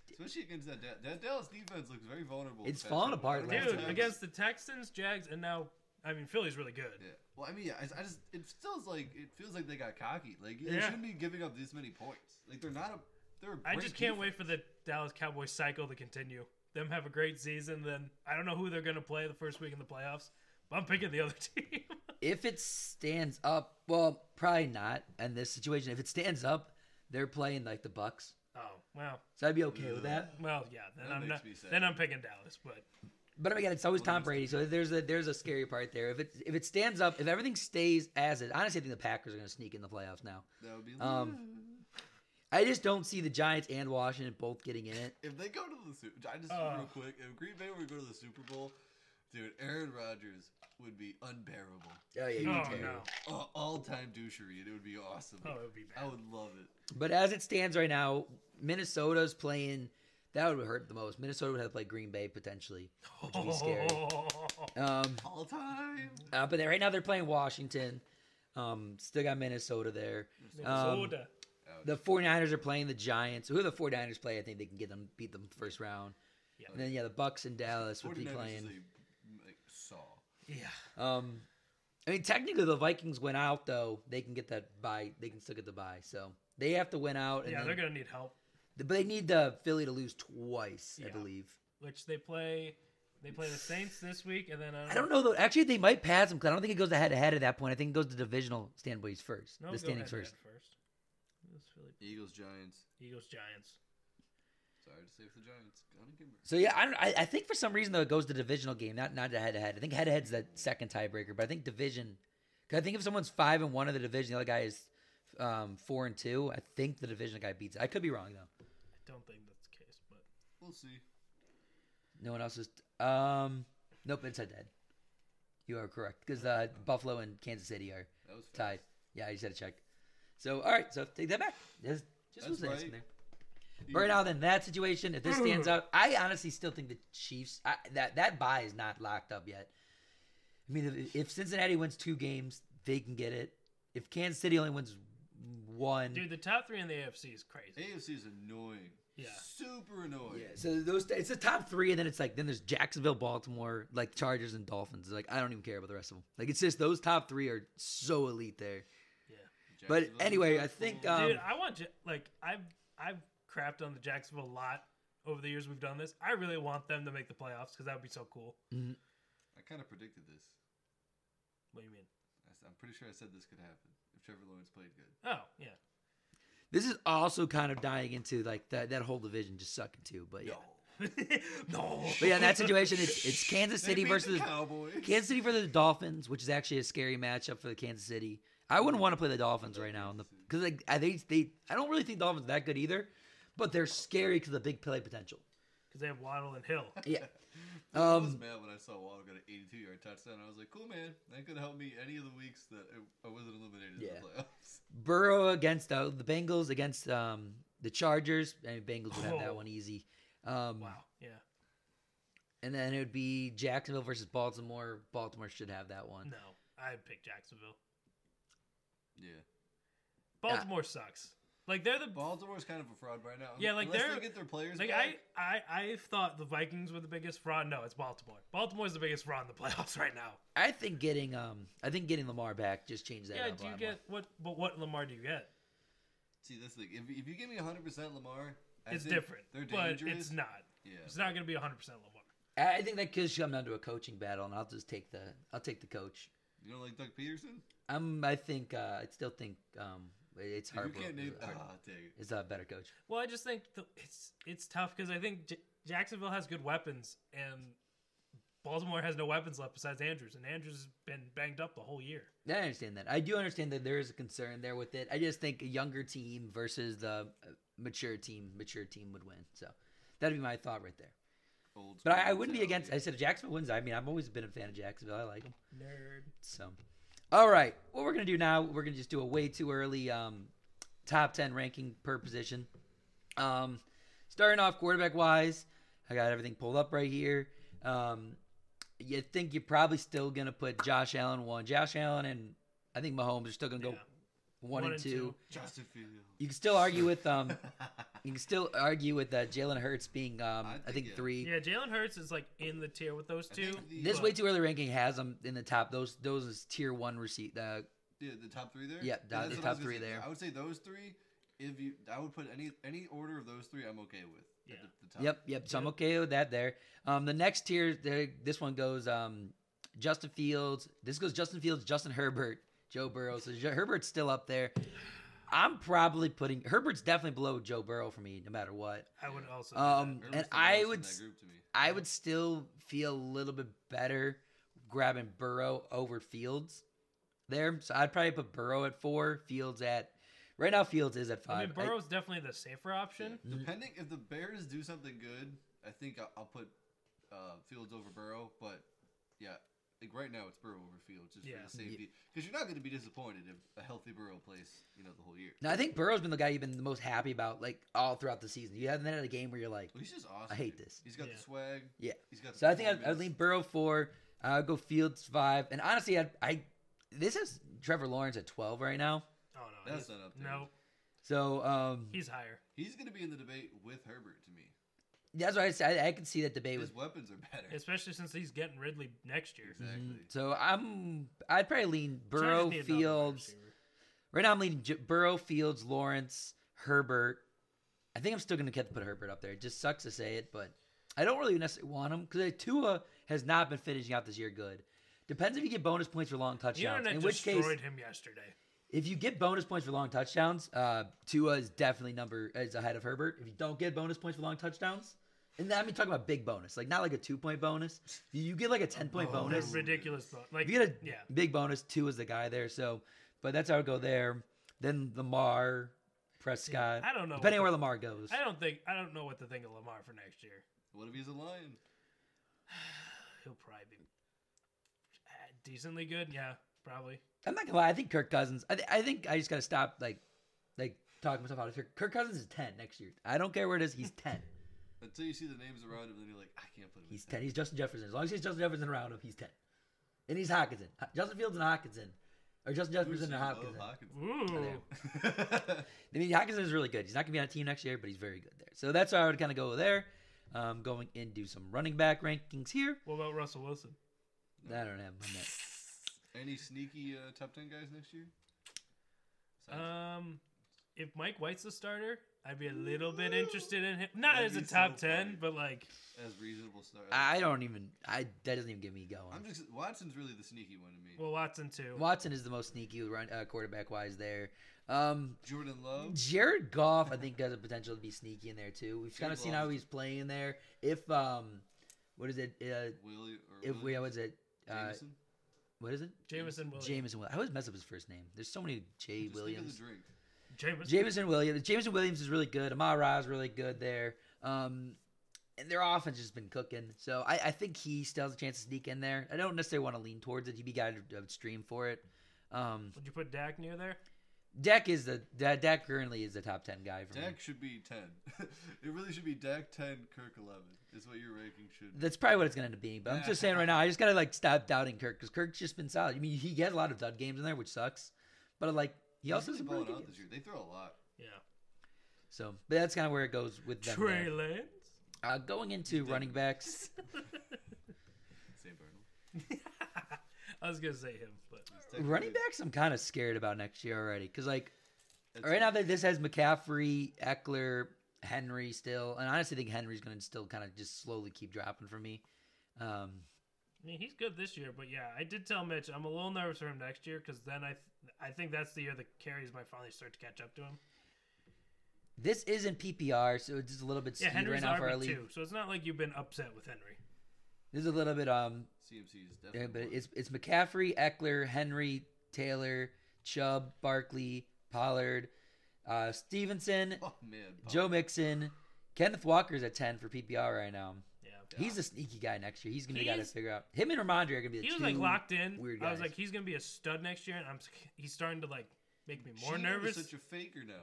S1: Especially against that, da- that Dallas defense looks very vulnerable.
S3: It's
S1: the past
S3: falling
S1: couple-
S3: apart
S1: I don't know
S3: last
S1: if
S2: Dude,
S1: it's-
S3: time.
S2: against the Texans, Jags, and now I mean Philly's really good.
S1: Yeah. Well, I mean, yeah, I, I just it feels like it feels like they got cocky. Like they
S2: Yeah.
S1: shouldn't be giving up this many points. Like they're not a. They're. a
S2: I
S1: great
S2: just can't wait
S1: defense.
S2: for the Dallas Cowboys cycle to continue. Them have a great season, then I don't know who they're gonna play the first week in the playoffs, but I'm picking the other team.
S3: If it stands up, well, probably not in this situation. If it stands up, they're playing like the Bucks,
S2: oh well,
S3: so I'd be okay with that.
S2: well yeah. Then
S1: That
S2: I'm
S1: makes
S2: not.
S1: me sad.
S2: Then I'm picking Dallas, but
S3: But again, it's always
S1: Well,
S3: Tom
S1: there's-
S3: Brady, so there's a there's a scary part there. If it if it stands up, if everything stays as it, honestly, I think the Packers are going to sneak in the playoffs now.
S1: That would be.
S2: Mm.
S3: Um, I just don't see the Giants and Washington both getting in it.
S1: if they go to the Super, I just
S2: Uh.
S1: real quick. If Green Bay were to go to the Super Bowl, dude, Aaron Rodgers would be unbearable.
S3: Oh, yeah,
S1: He
S3: you
S1: would
S2: oh
S1: be
S3: can.
S2: no,
S1: uh, all-time douchery, and it would be awesome.
S2: oh it would be bad.
S1: I would love it.
S3: But as it stands right now, Minnesota's playing. That would hurt the most. Minnesota would have to play Green Bay potentially, which would be scary. Um,
S1: All time.
S3: uh, but they- right now they're playing Washington. Um, still got Minnesota there. Um,
S2: Minnesota.
S1: Ouch.
S3: The 49ers are playing the Giants. Who the 49ers play? I think they can get them beat them first round.
S2: Yeah.
S3: And then yeah, the Bucks and Dallas would be
S1: 49ers is
S3: playing.
S1: a- like, saw.
S2: yeah.
S3: Um, I mean, technically the Vikings went out though. They can get that buy. They can still get the buy. So they have to win out. And
S2: Yeah,
S3: then-
S2: they're gonna need help.
S3: but they need the Philly to lose twice, I
S2: Yeah.
S3: believe.
S2: Which they play. They play the Saints this week, and then uh,
S3: I don't know though. Actually, they might pass them because I don't think it goes head to head at that point. I think it goes to divisional standpoints first.
S2: No,
S3: the
S2: go
S3: standings
S2: head-to-head
S3: first.
S2: first. It was Philly.
S1: Eagles, Giants.
S2: Eagles, Giants.
S1: Sorry to say for the Giants. Gonna give 'em-
S3: So yeah, I, don't, I I think for some reason though it goes to divisional game, not not to head to head. I think head to head's the second tiebreaker, but I think division. Cause I think if someone's five and one of the division, the other guy is um, four and two. I think the division guy beats. it. I could be wrong though.
S2: I don't think that's the case, but
S1: We'll see.
S3: No one else is. Um, nope, it's head to head. You are correct because uh, Buffalo and Kansas City are
S1: That was fast.
S3: tied. Yeah, I just had to check. So all right, so take that back. Just, just
S1: That's
S3: was
S1: right.
S3: right. there.
S1: Eagles.
S3: Right now, then that situation, if this stands out, I honestly still think the Chiefs I, that that buy is not locked up yet. I mean, if, if Cincinnati wins two games, they can get it. If Kansas City only wins one,
S2: dude, the top three in the AFC is crazy.
S1: AFC is annoying.
S2: Yeah.
S1: Super annoying.
S3: yeah. So those it's the top three, and then it's like then there's Jacksonville, Baltimore, like Chargers and Dolphins. It's like I don't even care about the rest of them. Like it's just those top three are so elite there. But
S1: Jacksonville's
S3: anyway,
S1: not
S3: I think,
S1: full.
S3: uh,
S2: Dude,
S3: um,
S2: I want Ja- like I've I've crapped on the Jacksonville a lot over the years we've done this. I really want them to make the playoffs because that would be so cool.
S1: I kind of predicted this.
S2: What do you mean?
S1: I s- I'm pretty sure I said this could happen if Trevor Lawrence played good.
S2: Oh yeah,
S3: This is also kind of dying into like that that whole division just sucking too. But yeah,
S2: no.
S3: but yeah, in that situation, it's it's Kansas
S1: They
S3: City
S1: beat
S3: versus
S1: the Cowboys.
S3: Kansas City for the Dolphins, which is actually a scary matchup for the Kansas City. I wouldn't want to play the Dolphins right now, because like I think they, I don't really think Dolphins are that good either, but they're scary because of the big play potential.
S2: because they have Waddle and Hill.
S3: Yeah,
S1: I was
S3: um,
S1: mad when I saw Waddle got an 82 yard touchdown. I was like, cool, man. That could help me any of the weeks that I- I wasn't eliminated
S3: Yeah.
S1: in the playoffs.
S3: Burrow against uh, the Bengals against um, the Chargers. I mean, Bengals would have
S2: Oh.
S3: that one easy. Um,
S2: Wow. Yeah.
S3: And then it would be Jacksonville versus Baltimore. Baltimore should have that one.
S2: No, I'd pick Jacksonville.
S1: Yeah.
S2: Baltimore sucks. Like they're the
S1: Baltimore's kind of a fraud right now.
S2: Yeah, like,
S1: Unless
S2: they're-
S1: they get their players
S2: Like I,
S1: back.
S2: I, I thought the Vikings were the biggest fraud. No, it's Baltimore. Baltimore's the biggest fraud in the playoffs right now.
S3: I think getting um, I think getting Lamar back just changed that.
S2: yeah,
S3: up a
S2: do you
S3: lot more.
S2: get what? But what Lamar do you get?
S1: See, this thing. If, if you give me 100% Lamar, I
S2: It's
S1: think
S2: different,
S1: They're
S2: but
S1: dangerous.
S2: it's not.
S1: Yeah.
S2: It's not going to be 100 percent Lamar.
S3: I I think that could come down to a coaching battle, and I'll just take the I'll take the coach.
S1: You don't like Doug Peterson?
S3: I'm. I think. Uh, I still think. Um, it's
S1: If you
S3: hard.
S1: can't name. Ah,
S3: Hard-
S1: dang it.
S3: Is a better coach.
S2: Well, I just think the, it's it's tough because I think J- Jacksonville has good weapons and Baltimore has no weapons left besides Andrews, and Andrews has been banged up the whole year.
S3: I understand that. I do understand that there is a concern there with it. I just think a younger team versus the uh, mature team, mature team would win. So that'd be my thought right there.
S1: Old
S3: But
S1: school
S3: I, I wouldn't be
S1: mentality.
S3: against. I said if Jacksonville wins. I mean, I've always been a fan of Jacksonville. I like them.
S2: Nerd.
S3: So, all right, what we're gonna do now? We're gonna just do a way too early um, top ten ranking per position. Um, starting off quarterback wise, I got everything pulled up right here. Um, you think you're probably still gonna put Josh Allen one? Josh Allen and I think Mahomes are still gonna go
S2: Yeah.
S3: one, and two.
S1: Justin Fields.
S3: You can still argue with um, you can still argue with uh, Jalen Hurts being um, I
S1: I
S3: think,
S1: think, yeah.
S3: three.
S2: Yeah, Jalen Hurts is like in the tier with those
S1: I
S2: two.
S1: think the-
S3: This
S2: but-
S3: way too early ranking has them in the top. Those those is tier one receipt. Uh,
S1: Yeah, the top three there.
S3: Yeah,
S1: that's
S3: the- the
S1: what I was
S3: top
S1: gonna
S3: three
S1: say.
S3: there.
S1: I would say those three. If you, I would put any any order of those three. I'm okay with. at
S2: Yeah.
S1: The, the top.
S3: Yep, yep. So I'm okay with that there. Um, the next tier, there, this one goes um, Justin Fields. This goes Justin Fields, Justin Herbert, Joe Burrow. So Jo- Herbert's still up there. I'm probably putting Herbert's definitely below Joe Burrow for me, no matter what.
S2: I would also. do
S3: Um,
S1: uh, Herbert's
S2: that.
S3: and
S1: the lowest
S3: I
S1: in
S3: would,
S1: that
S3: s-
S1: group to me.
S3: I would still feel a little bit better grabbing Burrow over Fields there. So I'd probably put Burrow at four, Fields at right now. Fields is at
S2: I
S3: five.
S2: mean, Burrow's definitely the safer option.
S1: Yeah. Depending if the Bears do something good, I think I'll, I'll put uh, Fields over Burrow. But yeah, like right now it's Burrow over Fields just
S2: Yeah.
S1: for the safety because you're not going to be disappointed if a healthy Burrow plays you know the whole year.
S3: now I think Burrow's been the guy you've been the most happy about, like all throughout the season. You haven't had a game where you're like.
S1: Well, he's just awesome.
S3: hate
S1: dude.
S3: this.
S1: He's got
S2: Yeah.
S1: the swag.
S3: Yeah.
S1: He's got. The
S3: So I think I'd, I'd
S1: performance.
S3: lean Burrow four. I'd go Fields five, and honestly, I, I this is Trevor Lawrence at twelve right now.
S2: Oh no,
S1: That's
S2: he's-
S1: not up there.
S2: no,
S3: So um,
S2: he's higher.
S1: He's going to be in the debate with Herbert to me.
S3: that's why I said I, I can see that debate
S1: His
S3: with.
S1: weapons are better.
S2: Especially since he's getting Ridley next year.
S1: Exactly.
S3: Mhm. So I'm I'd probably lean
S2: Chargers
S3: Burrow
S2: need another wide
S3: Fields.
S2: receiver.
S3: Right now I'm leaning J- Burrow Fields Lawrence Herbert. I think I'm still gonna get put Herbert up there. It just sucks to say it, but I don't really necessarily want him because Tua has not been finishing out this year good. Depends if you get bonus points for long
S2: The
S3: touchdowns.
S2: internet
S3: in which
S2: destroyed
S3: case,
S2: him yesterday.
S3: If you get bonus points for long touchdowns, uh, Tua is definitely number is ahead of Herbert. If you don't get bonus points for long touchdowns, and I mean talking about big bonus, like not like a two point bonus. If You get like a ten point
S1: bonus.
S3: bonus.
S2: They're ridiculous. Bo- like,
S3: If you get oh, a
S2: yeah,
S3: big bonus, two is the guy there. So, but that's how I go there. Then Lamar, Prescott,
S2: I don't know.
S3: depending on where
S2: what
S3: Lamar goes.
S2: the- I don't think I don't know what to think of Lamar for next year.
S1: What if he's a lion?
S2: He'll probably be uh, decently good. Yeah, probably.
S3: I'm not gonna lie. I think Kirk Cousins. I, th- I think I just gotta stop like like talking myself out of here. Kirk Cousins is ten next year. I don't care where it is. He's ten.
S1: Until you see the names around him, then you're like, I can't put him.
S3: He's
S1: in 10.
S3: ten. He's Justin Jefferson. As long as he's Justin Jefferson around him, he's ten. And he's Hawkinson. Ho- Justin Fields and Hawkinson, or Justin Jefferson and
S1: Ooh,
S3: Hawkinson.
S2: Ooh,
S1: Hawkinson.
S3: I mean, Hawkinson is really good. He's not going to be on a team next year, but he's very good there. So that's where I would kind of go there. Um, going into some running back rankings here.
S2: what about Russell Wilson?
S3: I don't have my net.
S1: Any sneaky uh, top ten guys next year? Besides-
S2: Um, if Mike White's the starter, I'd be a little bit interested in him. Not
S1: That'd
S2: as a
S1: be so
S2: top ten,
S1: funny.
S2: but like
S1: as reasonable start.
S3: I don't even. I that doesn't even get me
S1: I'm
S3: going.
S1: just Watson's really the sneaky one to me.
S2: well Watson too.
S3: Watson is the most sneaky run, uh, quarterback wise there. Um,
S1: Jordan Love.
S3: Jared Goff, I think, has a potential to be sneaky in there too. We've kind of
S1: Jared
S3: seen
S1: Goff
S3: how
S1: is-
S3: he's playing there. If um, what is it? Uh,
S1: Willie or
S3: if we
S1: Williams,
S3: was it? Uh,
S1: Jameson?
S3: what is it?
S2: Jameson Williams.
S3: Jameson Williams. I always mess up his first name. There's so many J
S1: Just think of
S3: Williams.
S1: the drink.
S2: Jameson.
S3: Jameson Williams. Jameson Williams is really good. Amara is really good there. Um, and their offense has been cooking. So I, I think he still has a chance to sneak in there. I don't necessarily want to lean towards it. He'd be guided to stream for it. Um,
S2: Would you put Dak near there?
S3: Dak is the Da- Dak currently is the top ten guy for me.
S1: Dak should be ten. it really should be Dak ten, Kirk eleven. Is what your ranking should. be.
S3: That's probably what it's gonna end up being. But I'm just saying right now, I just gotta like stop doubting Kirk because Kirk's just been solid. I mean, he has a lot of dud games in there, which sucks. But like he
S1: He's
S3: also
S1: really
S3: has some really
S1: balling
S3: good
S1: out this year.
S3: games.
S1: They throw a lot.
S2: Yeah.
S3: So, but that's kind of where it goes with them. there.
S2: Trey Lance.
S3: Uh, going into
S1: did.
S3: running backs.
S1: Sam Darnold.
S2: I was gonna say him, but
S1: He's
S3: Uh, Running
S1: technically-
S3: backs, I'm kind of scared about next year already. Because, like,
S1: that's
S3: right now
S1: it.
S3: that this has McCaffrey, Eckler, Henry still. And I honestly think Henry's going to still kind of just slowly keep dropping for me. Um,
S2: I mean he's good this year. But yeah, I did tell Mitch I'm a little nervous for him next year because then I th- I think that's the year the carries might finally start to catch up to him.
S3: this isn't PPR, so it's just a little bit
S2: Yeah,
S3: skewed
S2: Henry's
S3: right now
S2: RB
S3: for our league.
S2: too, so it's not like you've been upset with Henry.
S3: This is a little bit um,
S1: CMC is
S3: yeah,
S1: definitely.
S3: but
S1: one.
S3: it's it's McCaffrey, Eckler, Henry, Taylor, Chubb, Barkley, Pollard, uh, Stevenson,
S1: oh man,
S3: Joe
S1: Pollard.
S3: Mixon, Kenneth Walker's at ten for PPR right now.
S2: Yeah.
S3: He's a sneaky guy next year. He's gonna be the guy to
S2: He's-
S3: figure out. Him and Ramondre are gonna be. The
S2: He was
S3: two,
S2: like locked in.
S3: weird
S2: I was
S3: guys.
S2: like, he's gonna be a stud next year, and I'm. s- He's starting to like make me more
S1: Geno
S2: nervous.
S1: Is such a faker now.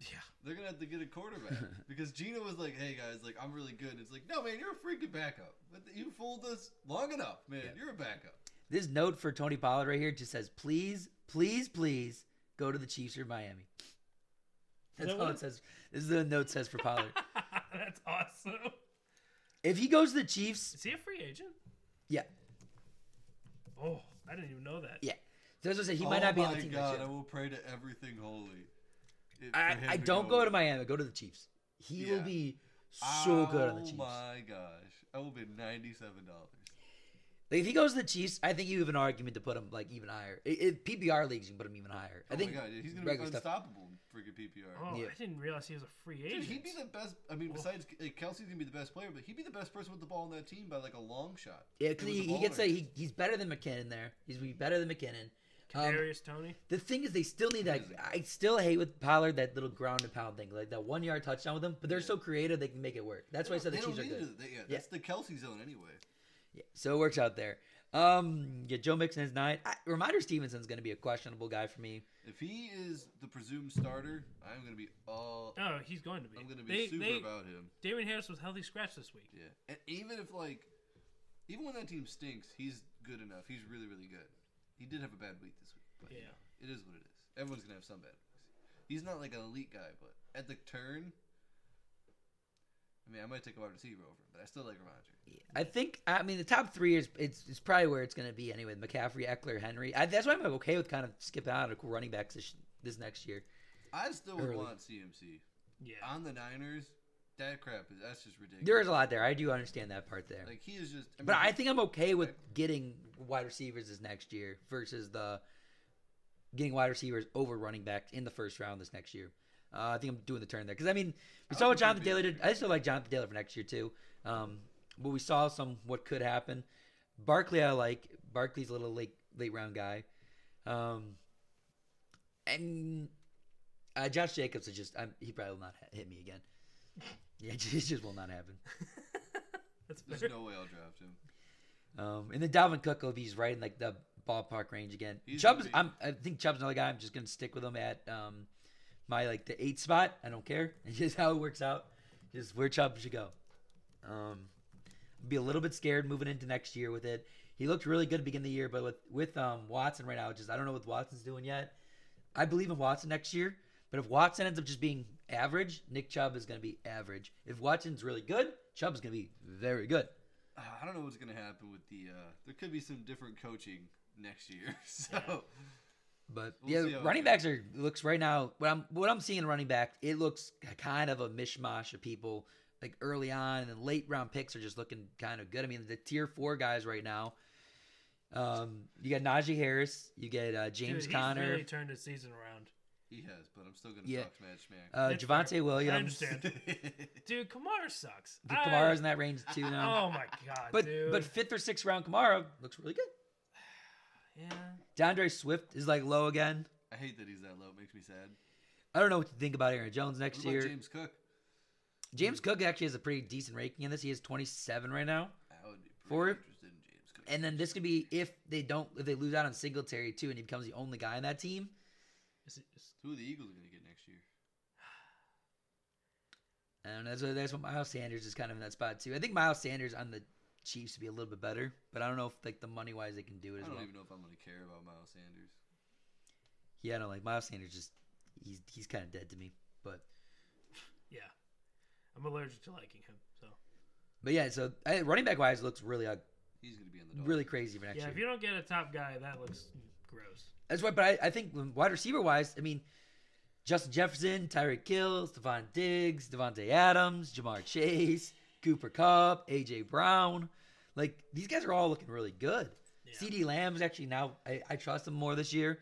S2: yeah.
S1: They're gonna have to get a quarterback because Gino was like, "Hey guys, like I'm really good." It's like, "No man, you're a freaking backup. But you fooled us long enough, man.
S3: Yeah.
S1: You're a backup."
S3: This note for Tony Pollard right here just says, "Please, please, please go to the Chiefs or Miami." That's
S2: that
S3: all
S2: what
S3: it
S2: it-
S3: says. This is the note says for Pollard.
S2: That's awesome.
S3: if he goes to the Chiefs,
S2: Is he a free agent?
S3: Yeah.
S2: Oh, I didn't even know that.
S3: Yeah. so as I said, he
S1: oh
S3: might not be
S1: my
S3: on the team next
S1: god,
S3: year.
S1: I will pray to everything holy. It- for
S3: I,
S1: him
S3: I don't go to
S1: over.
S3: Miami. Go to the Chiefs. He will
S1: Yeah.
S3: be so good on the
S1: Oh
S3: Chiefs.
S1: my gosh, I will bid ninety-seven dollars.
S3: Like, if he goes to the Chiefs, I think you have an argument to put him like even higher. I- If PPR leagues, you can put him even higher. I
S1: Oh
S3: think
S1: my god, dude, he's gonna be
S3: regular stuff-
S1: unstoppable. in Freaking PPR.
S2: Oh,
S3: Yeah.
S2: I didn't realize he was a free
S1: Dude,
S2: agent.
S1: he'd be the best. I
S3: Oh.
S1: mean, besides like, Kelsey's gonna be the best player, but he'd be the best person with the ball on that team by like a long shot.
S3: Yeah, 'cause
S1: was
S3: he,
S1: a
S3: he gets
S1: baller.
S3: that he, he's better than McKinnon there. He's gonna be better than McKinnon. Um,
S2: Kadarius Tony.
S3: the thing is, they still need that. I still hate with Pollard that little ground and pound thing, like that one yard touchdown with him. But they're
S1: Yeah.
S3: so creative they can make it work. That's why I
S1: They
S3: said the
S1: don't
S3: Chiefs are
S1: need
S3: good.
S1: it. They- yeah, that's the Kelsey zone anyway.
S3: Yeah, so it works out there. Um, yeah, Joe Mixon is nine. I, Reminder Stevenson's gonna be a questionable guy for me.
S1: If he is the presumed starter, I'm gonna be all.
S2: Oh, he's going to be.
S1: I'm gonna be
S2: They-
S1: super
S2: they-
S1: about him.
S2: Damian Harris was healthy scratch this week.
S1: Yeah, and even if like, even when that team stinks, he's good enough. He's really really good. He did have a bad week this week, but you
S2: Yeah.
S1: know, it is what it is. Everyone's gonna have some bad weeks. He's not like an elite guy, but at the turn, I mean, I might take a wide receiver over, him, but I still like Ramondre.
S3: I think I mean the top three is it's, it's probably where it's going to be anyway. McCaffrey, Eckler, Henry. I, that's why I'm okay with kind of skipping out of running backs this, this next year.
S1: I still would
S3: Early.
S1: want CMC
S2: Yeah.
S1: on the Niners. That crap is that's just ridiculous.
S3: There is a lot there. I do understand that part there,
S1: like he is just. I
S3: but
S1: mean,
S3: I
S1: he-
S3: think I'm okay with getting wide receivers this next year versus the getting wide receivers over running backs in the first round this next year. Uh, I think I'm doing the turn there because I mean we
S1: I
S3: saw
S1: would
S3: what
S1: prefer
S3: Jonathan
S1: to be
S3: Taylor
S1: over
S3: did. I still like Jonathan Taylor for next year too, um, but we saw some what could happen. Barkley, I like. Barkley's a little late late round guy. Um, and uh, Josh Jacobs is just I'm, he probably will not ha- hit me again. Yeah, it just, it just will not happen.
S2: That's fair.
S1: There's no way I'll draft him.
S3: Um, and then Dalvin Cook will be right in like the ballpark range again.
S1: He's
S3: Chubb's
S1: gonna be-
S3: I'm, I think Chubb's another guy. I'm just gonna stick with him at um, my like the eight spot. I don't care. It's just how it works out. Just where Chubb should go. Um, be a little bit scared moving into next year with it. He looked really good to begin the year, but with with um, Watson right now, just I don't know what Watson's doing yet. I believe in Watson next year, but if Watson ends up just being average, Nick Chubb is going to be average. If Watson's really good, Chubb's going to be very good.
S1: Uh, I don't know what's gonna happen with the. Uh, there could be some different coaching next year. So
S3: But
S1: We'll see
S3: yeah,
S1: how it
S3: running backs are looks right now. What I'm what I'm seeing in running back, it looks kind of a mishmash of people like early on, and then late round picks are just looking kind of good. I mean, the tier four guys right now. Um, you got Najee Harris, you get uh,
S2: Dude,
S3: James
S2: he's
S3: Conner,
S2: really turned his season around.
S1: he has, but I'm still gonna
S3: Yeah.
S1: talk smash smack.
S3: uh,
S2: That's fair. I
S3: Javante Williams.
S2: understand. Dude, Kamara sucks.
S3: The
S2: I-
S3: Kamara's in that range too now.
S2: Oh my god,
S3: but
S2: dude.
S3: but fifth or sixth round Kamara looks really good.
S2: yeah.
S3: DeAndre Swift is like low again.
S1: I hate that he's that low. It makes me sad.
S3: I don't know what to think about Aaron Jones next
S1: What about
S3: year. James?
S1: James Cook?
S3: Cook actually has a pretty decent ranking in this. He has 27 right now.
S1: I would be pretty
S3: For-
S1: interested in James Cook.
S3: And then this could be if they don't if they lose out on Singletary too, and he becomes the only guy on that team.
S2: Is it- is-
S1: who are the Eagles going to get next year?
S3: And that's what that's what Miles Sanders is kind of in that spot too. I think Miles Sanders on the Chiefs would be a little bit better, but I don't know if like the money wise they can do it
S1: I
S3: as
S1: don't
S3: well.
S1: even know if I'm going to care about Miles Sanders.
S3: Yeah, I don't like Miles Sanders. Just he's he's kind of dead to me. But
S2: yeah. I'm allergic to liking him. So
S3: but yeah, so I, running back wise looks really uh,
S1: He's going to be on the Dolphins.
S3: really crazy for next
S2: yeah,
S3: year.
S2: if you don't get a top guy, that looks gross.
S3: That's why, but I, I think when wide receiver wise, I mean, Justin Jefferson, Tyreek Hill, Stephon Diggs, Devontae Adams, Jamar Chase, Cooper Cup, AJ Brown. Like these guys are all looking really good.
S2: Yeah.
S3: CD Lamb is actually now I, I trust him more this year.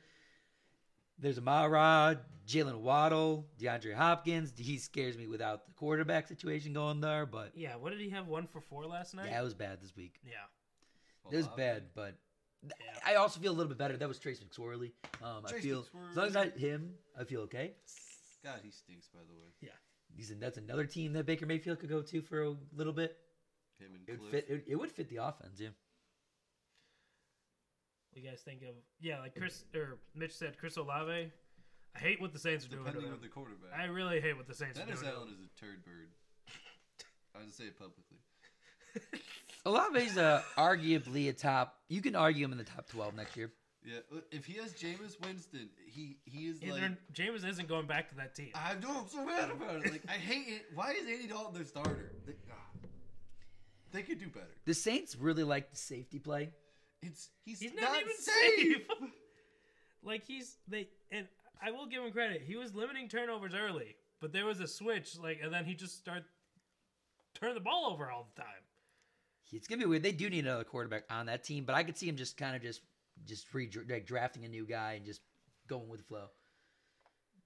S3: There's Amara, Jalen Waddle, DeAndre Hopkins. He scares me without the quarterback situation going there, but
S2: Yeah, what did he have? One for four last night?
S3: yeah, it was bad this week.
S2: Yeah.
S3: It was
S1: Olave.
S3: bad, but th-
S2: Yeah.
S3: I also feel a little bit better. That was Trace McSorley. Um, I
S1: Trace
S3: feel as long as
S1: McSorley.
S3: not him, I feel okay.
S1: God, he stinks. By the way,
S3: He's an- that's another team that Baker Mayfield could go to for a little bit.
S1: him and
S3: It would
S1: Cliff.
S3: fit. It, it would fit the offense. Yeah.
S2: What do you guys think of? Yeah, like Chris or Mitch said, Chris Olave. I hate what the Saints are doing. To
S1: Depending on
S2: him.
S1: the quarterback.
S2: I really hate what the Saints are doing.
S1: Dennis
S2: to
S1: Allen
S2: him.
S1: is a turd bird. I would say it publicly.
S3: Olave's uh, arguably a top. You can argue him in the top twelve next year.
S1: Yeah, uh, if he has Jameis Winston, he he is
S2: Yeah,
S1: like.
S2: they're- Jameis isn't going back to that team.
S1: I know I'm so mad about it. Like I hate it. Why is Andy Dalton their starter? They, ah. they could do better.
S3: The Saints really like the safety play.
S1: It's he's,
S2: He's
S1: not,
S2: not, even
S1: safe.
S2: safe. like he's they and I will give him credit. He was limiting turnovers early, but there was a switch like and then he just start turn the ball over all the time.
S3: It's gonna be weird. They do need another quarterback on that team, but I could see him just kind of just just free like drafting a new guy and just going with the flow.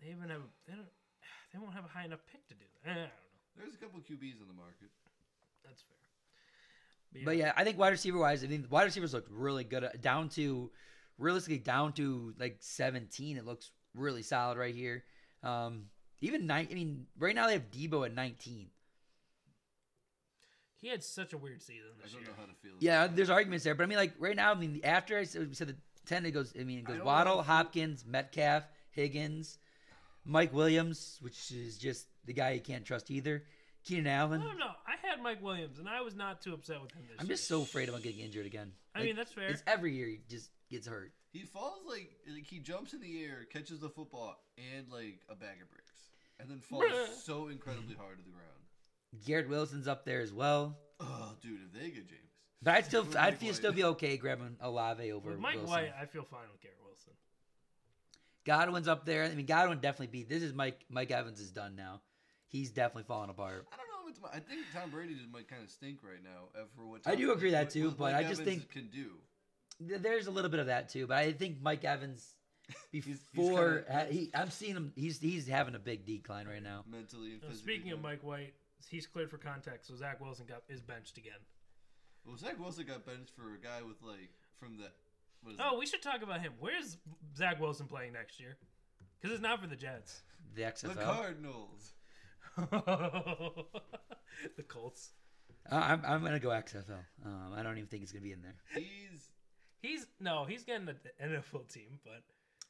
S2: They even have they don't they won't have a high enough pick to do that. Eh, I don't know.
S1: There's a couple QBs on the market.
S2: That's fair.
S3: But yeah, I think wide receiver wise, I think wide receivers look really good. uh, Down to realistically down to like 17, it looks really solid right here. Um, even nine. I mean, right now they have Debo at 19.
S2: he had such a weird season
S1: I
S2: this
S1: don't
S2: year.
S1: know how to feel.
S3: Yeah,
S1: about
S3: there's arguments there, but I mean, like right now, I mean, after I said, we said the 10, it goes. I mean, it
S1: I
S3: goes
S1: don't
S3: Waddle,
S1: know if you-
S3: Hopkins, Metcalf, Higgins, Mike Williams, which is just the guy you can't trust either. Keenan Allen.
S2: No, no, I had Mike Williams, and I was not too upset with him this
S3: I'm
S2: year.
S3: just so afraid about getting injured again.
S2: I
S3: Like,
S2: mean, that's fair.
S3: it's every year he just gets hurt.
S1: He falls like like he jumps in the air, catches the football, and like a bag of bricks, and then falls
S2: Bruh.
S1: so incredibly hard to the ground.
S3: Garrett Wilson's up there as well.
S1: Oh, dude, if they get James,
S3: But I'd still,
S1: With
S3: I'd
S1: Mike
S3: feel
S1: White.
S3: still be okay grabbing Olave over
S2: With Mike
S3: Wilson.
S2: White, I feel fine with Garrett Wilson.
S3: Godwin's up there. I mean, Godwin definitely be. This is Mike. Mike Evans is done now. He's definitely falling apart.
S1: I don't know if it's. My, I think Tom Brady just might kind of stink right now uh, for what
S3: I
S1: Tom-
S3: do agree that
S1: what-
S3: too,
S1: what
S3: but
S1: Mike
S3: I just
S1: Evans
S3: think-
S1: can do.
S3: Th- There's a little bit of that too, but I think Mike Evans
S1: he's
S3: before
S1: kinda-
S3: ha- he, I'm seeing him. He's he's having a big decline right now.
S1: mentally and
S2: Now,
S1: physically.
S2: Uh, speaking of
S1: done.
S2: Mike White, he's cleared for contact, so Zach Wilson got is benched again.
S1: well, Zach Wilson got benched for a guy with like from the. What is it?
S2: Oh, we should talk about him. Where's Zach Wilson playing next year? Because it's not for the Jets.
S3: The
S1: the
S3: XFL.
S1: Cardinals.
S2: the Colts.
S3: I- I'm I'm gonna go XFL. Um, I don't even think it's gonna be in there.
S1: He's
S2: He's no, he's getting an NFL team, but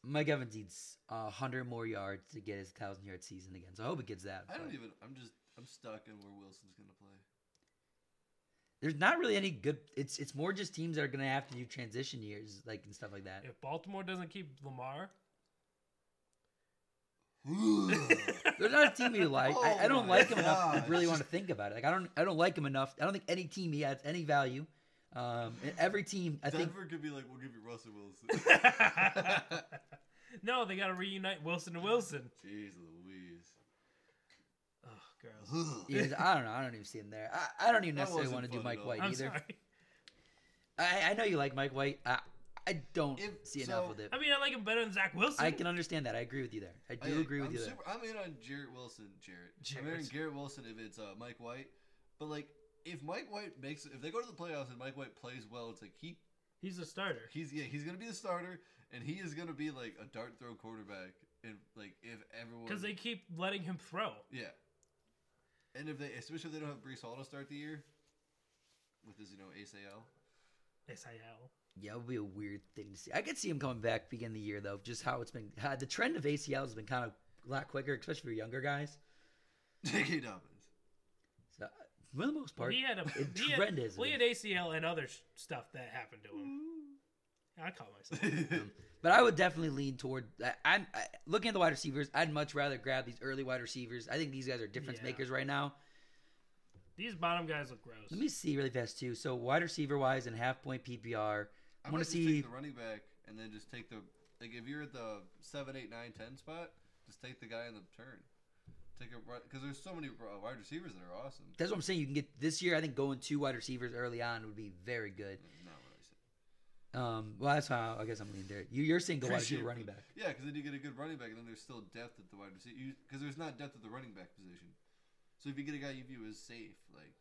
S3: Mike Evans needs uh, hundred more yards to get his thousand yard season again. So I hope he gets that.
S1: I don't
S3: but-
S1: even. I'm just. I'm stuck in where Wilson's gonna play.
S3: there's not really any good. It's it's more just teams that are gonna have to do transition years, like and stuff like that.
S2: if Baltimore doesn't keep Lamar,
S3: There's not a team you like. I, I
S1: Oh
S3: don't
S1: my
S3: like him enough.
S1: gosh.
S3: to really want to think about it. Like I don't I don't like him enough. I don't think any team he adds any value. Um, and every team I think
S1: Denver could be like, we'll give you Russell Wilson.
S2: no, they got to reunite Wilson and Wilson.
S1: Jeez Louise.
S2: Oh, gross.
S3: is, I don't know. I don't even see him there. I, I don't even
S1: That
S3: necessarily
S1: wasn't
S3: want to do
S1: fun
S3: Mike
S1: at all.
S3: White
S2: I'm
S3: either.
S2: sorry.
S3: I, I know you like Mike White. I I don't
S1: If-
S3: see
S1: so-
S3: enough with it.
S2: I mean, I like him better than Zach Wilson.
S3: I can understand that. I agree with you there. I do
S1: I-
S3: agree with
S1: I'm
S3: you there.
S1: super- I'm in on Jarrett Wilson. Jarrett. I'm in on
S2: Jarrett.
S1: Garrett Wilson if it's uh, Mike White. But like, if Mike White makes, if they go to the playoffs and Mike White plays well, it's like he,
S2: He's a starter.
S1: he's yeah, he's gonna be the starter, and he is gonna be like a dart throw quarterback, and like if everyone
S2: Because they keep letting him throw.
S1: Yeah. And if they, especially if they don't have Brees Hall to start the year, with his you know ACL.
S2: SIL.
S3: Yeah, it would be a weird thing to see. I could see him coming back begin the year though. Just how it's been. How, the trend of ACLs has been kind of a lot quicker, especially for younger guys.
S1: J.K. Dobbins.
S3: So uh, for the most part,
S2: He had a
S3: It
S2: he had,
S3: trend is-
S2: well, he had ACL and other sh- stuff that happened to him. I caught myself.
S3: but I would definitely lean toward. I, I'm I, looking at the wide receivers. I'd much rather grab these early wide receivers. I think these guys are difference
S2: Yeah.
S3: makers right now.
S2: These bottom guys look gross.
S3: Let me see really fast too. So wide receiver wise and half point PPR. I
S1: I
S3: want
S1: want
S3: to
S1: take
S3: see.
S1: the running back and then just take the like if you're at the seven, eight, nine, ten spot, just take the guy in the turn. Take a run because there's so many uh, wide receivers that are awesome.
S3: That's what I'm saying. You can get this year. I think going two wide receivers early on would be very good.
S1: Not what I said.
S3: Um, well, that's how I guess I'm leaning there. You, you're saying Gawadi's
S1: Appreciate
S3: your running
S1: it.
S3: back.
S1: Yeah, because then you get a good running back, and then there's still depth at the wide receiver. Because there's not depth at the running back position. So if you get a guy you view as safe, like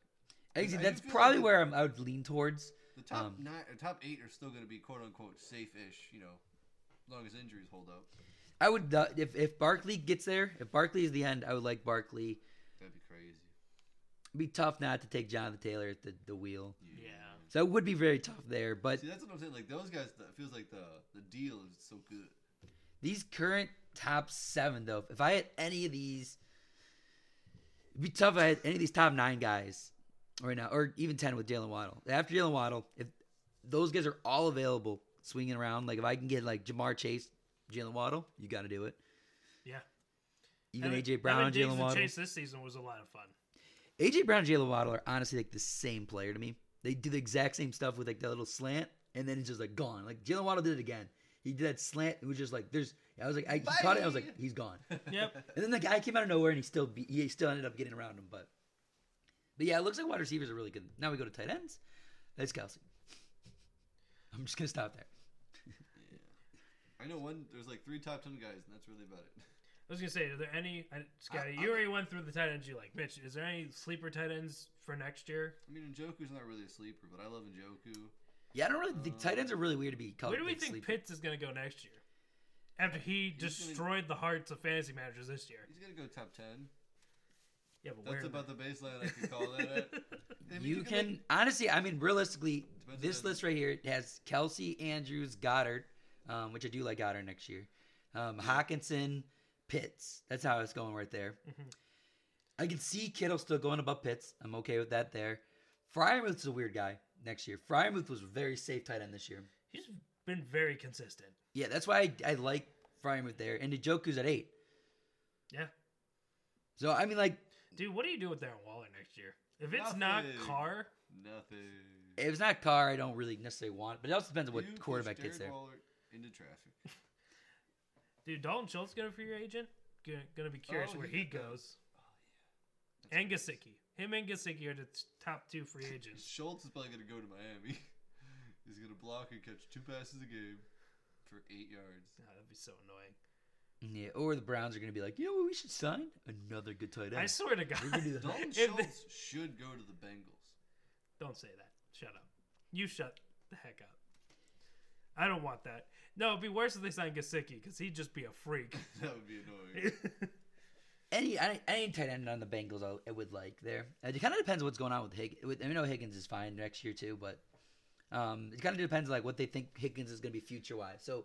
S3: I think
S1: I do
S3: that's
S1: feel
S3: probably
S1: like-
S3: where I'm, I would lean towards.
S1: the top
S3: Um,
S1: nine, or top eight are still going to be quote unquote safe-ish. You know, as long as injuries hold up,
S3: I would uh, if if Barkley gets there, if Barkley is the end, I would like Barkley.
S1: that'd be crazy.
S3: It'd be tough not to take Jonathan Taylor at the, the wheel.
S2: Yeah.
S3: So it would be very tough there. But
S1: See, that's what I'm saying. Like those guys, that feels like the the deal is so good.
S3: these current top seven, though, if I had any of these, it'd be tough. If I had any of these top nine guys right now, or even ten with Jalen Waddle. After Jalen Waddle, if those guys are all available, swinging around, like if I can get like Jamar Chase, Jalen Waddle, you got to do it.
S2: Yeah.
S3: Even
S2: Having-
S3: AJ Brown,
S2: having Diggs
S3: Jalen
S2: and
S3: Waddle.
S2: Chase this season was a lot of fun.
S3: AJ Brown and Jalen Waddle are honestly like the same player to me. They do the exact same stuff with like that little slant, and then it's just like gone. Like Jalen Waddle did it again. He did that slant. It was just like there's. I was like I he caught it. I was like
S1: Bye.
S3: he's gone.
S2: Yep.
S3: And then the guy came out of nowhere, and he still be, he still ended up getting around him. But but yeah, it looks like wide receivers are really good. Now we go to tight ends. That's Kelsey. I'm just gonna stop there.
S1: I know one. There's like three top ten guys, and that's really about it.
S2: I was gonna say, are there any? I, Scotty,
S1: I-
S2: you already went through the tight ends you like. Mitch, is there any sleeper tight ends for next year?
S1: I mean, Njoku's not really a sleeper, but I love Njoku.
S3: Yeah, I don't really think tight ends are really weird to be. Called
S2: Where do we
S3: big
S2: think
S3: sleeper.
S2: Pitts is gonna go next year? After he
S1: He's gonna-
S2: destroyed the hearts of fantasy managers this year.
S1: He's gonna go top ten.
S2: Yeah, but
S1: That's
S2: where?
S1: about the baseline I can call that at. I mean,
S3: You
S1: make-
S3: can honestly, I mean, realistically,
S1: Depends
S3: this
S1: on-
S3: list right here has Kelsey, Andrews, Goddard, um, which I do like Goddard next year, um, Hawkinson, Pitts. That's how it's going right there.
S1: Mm-hmm.
S2: Mhm.
S3: I can see Kittle still going above Pitts. I'm okay with that there. Fryermuth's a weird guy next year. Fryermuth was a very safe tight end this year.
S2: He's been very consistent.
S3: Yeah, that's why I, I like Fryermuth there. And Njoku's at eight.
S2: Yeah.
S3: So I mean, like,
S2: Dude, what do you do with Darren Waller next year? If it's
S1: Nothing.
S2: not Carr,
S1: Nothing.
S3: if it's not Carr, I don't really necessarily want. But it also depends on what
S1: You push
S3: quarterback gets
S1: Darren
S3: there.
S1: Waller into traffic.
S2: dude, Dalton Schultz gonna free agent. Gonna, gonna be curious
S1: Oh,
S2: where
S1: he
S2: he
S1: could go.
S2: goes.
S1: That's
S2: and Gasicki. Him and Gasicki are the t- top two free
S1: crazy.
S2: agents.
S1: Schultz is probably going to go to Miami. He's going to block and catch two passes a game for eight yards.
S2: Ah, that'd be so annoying.
S3: Yeah, or the Browns are going to be like, you know what, we should sign another good tight end.
S2: I swear to
S3: We're gonna
S2: God.
S3: do that.
S1: Dalton
S2: If they-
S1: Schultz should go to the Bengals.
S2: Don't say that. Shut up. You shut the heck up. I don't want that. No, it'd be worse if they signed Gasicki because he'd just be a freak.
S1: That would be annoying.
S3: Any any any tight end on the Bengals, I, I would like there. It kind of depends what's going on with Higgins. With, I know Higgins is fine next year too, but um, it kind of depends like what they think Higgins is going to be future wise. So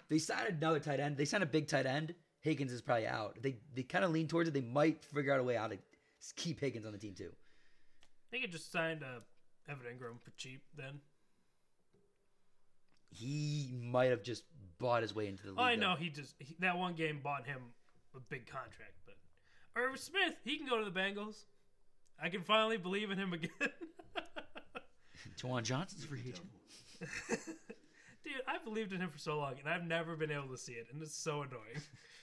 S3: if they sign another tight end. They sign a big tight end. Higgins is probably out. If They they kind of lean towards it. They might figure out a way out to s- keep Higgins on the team too.
S2: they could just sign uh, Evan Ingram for cheap then.
S3: He might have just bought his way into the league.
S2: Oh, I
S3: though.
S2: know he just he, that one game bought him a big contract, but Irv Smith he can go to the Bengals. I can finally believe in him again.
S3: Jawan Johnson's free agent.
S1: Double.
S2: Dude, I believed in him for so long, and I've never been able to see it, and it's so annoying.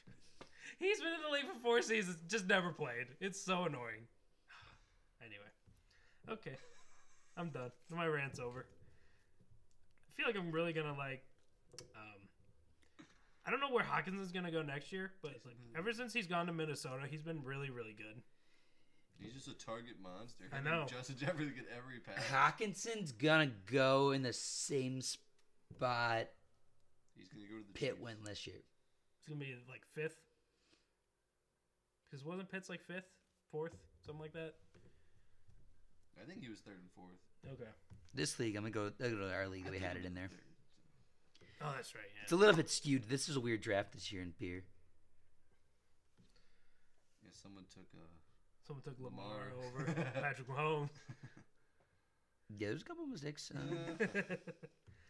S2: He's been in the league for four seasons, just never played. It's so annoying. Anyway, okay, I'm done. My rant's over. I feel like I'm really gonna like. Um, I don't know where Hawkins is gonna go next year, but it's like ever since he's gone to Minnesota, he's been really, really good.
S1: He's just a target monster.
S2: I
S1: Him and
S2: know.
S1: Justin Jefferson get every pass.
S3: Hawkinson's gonna go in the same spot
S1: He's going to go to the
S3: Pitt
S1: Chiefs.
S3: went last year.
S2: It's gonna be like fifth. Because wasn't Pitts like fifth, fourth, something like that?
S1: I think he was third and fourth.
S2: Okay.
S3: This league, I'm gonna go. I'll go to our league that we
S1: I think
S3: had
S1: he
S3: it in
S1: was
S3: there.
S1: third.
S2: Oh, that's right. Yeah.
S3: It's a little bit skewed. This is a weird draft this year in beer.
S1: Yeah, someone took a.
S2: Someone took Lamar,
S1: Lamar.
S2: over Patrick Mahomes.
S3: Yeah, there's a couple mistakes. um,
S2: Mm.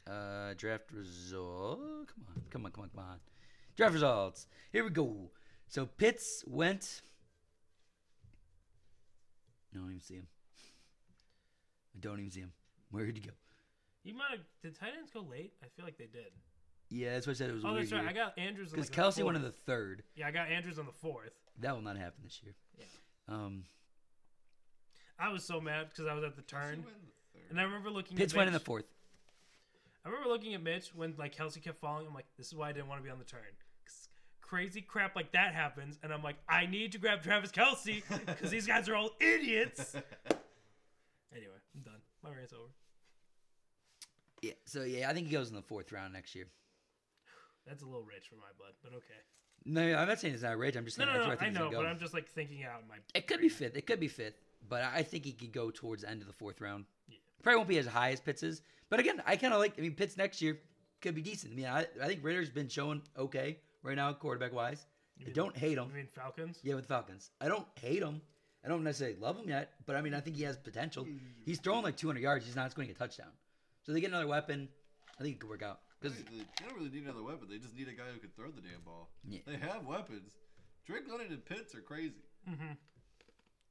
S1: Uh,
S3: Uh, draft result. Come on, come on, come on, come on. Draft results. Here we go. So Pitts went. I don't even see him. I don't even see him. Where did he go?
S2: you might have. Did tight ends go late? I feel like they did.
S3: Yeah, that's what I said. It was a
S2: oh,
S3: weird.
S2: that's right. I
S3: Because
S2: got Andrews. Because like
S3: Kelsey
S2: the
S3: went in
S2: fourth.
S3: the third.
S2: Yeah, I got Andrews on the fourth.
S3: That will not happen this year.
S2: Yeah.
S3: Um,
S2: I was so mad because I was at the
S1: he
S2: turn,
S1: went in the third.
S2: and I remember looking.
S3: Pitts
S2: at
S3: went in the
S2: Mitch-
S3: fourth.
S2: I remember looking at Mitch when like Kelsey kept falling. I'm like, this is why I didn't want to be on the turn. 'Cause Crazy crap like that happens, and I'm like, I need to grab Travis Kelsey because these guys are all idiots. Anyway, I'm done. My rant's over.
S3: Yeah. So yeah, I think he goes in the fourth round next year.
S2: That's a little rich for my blood, but okay.
S3: No, I'm not saying it's not rich. I'm just
S2: No,
S3: saying
S2: no,
S3: that's
S2: no.
S3: where
S2: I,
S3: I think he's
S2: know,
S3: gonna
S2: but
S3: go.
S2: I'm just like thinking out my.
S3: It could be fifth. It could be fifth, but I think he could go towards the end of the fourth round.
S2: Yeah.
S3: Probably won't be as high as Pitts is, but again, I kind of like. I mean, Pitts next year could be decent. I mean, I, I think Ritter's been showing okay right now, quarterback wise.
S2: You
S3: I
S2: mean-
S3: don't hate
S2: You
S3: him.
S2: mean Falcons?
S3: Yeah, with the Falcons, I don't hate him. I don't necessarily love him yet, but I mean, I think he has potential. He's throwing like 200 yards. He's not scoring a touchdown, so they get another weapon. I think it could work out. 'Cause-
S1: They- they don't really need another weapon. They just need a guy who can throw the damn ball.
S3: Yeah.
S1: They have weapons. Drake London and Pitts are crazy.
S2: Mm-hmm.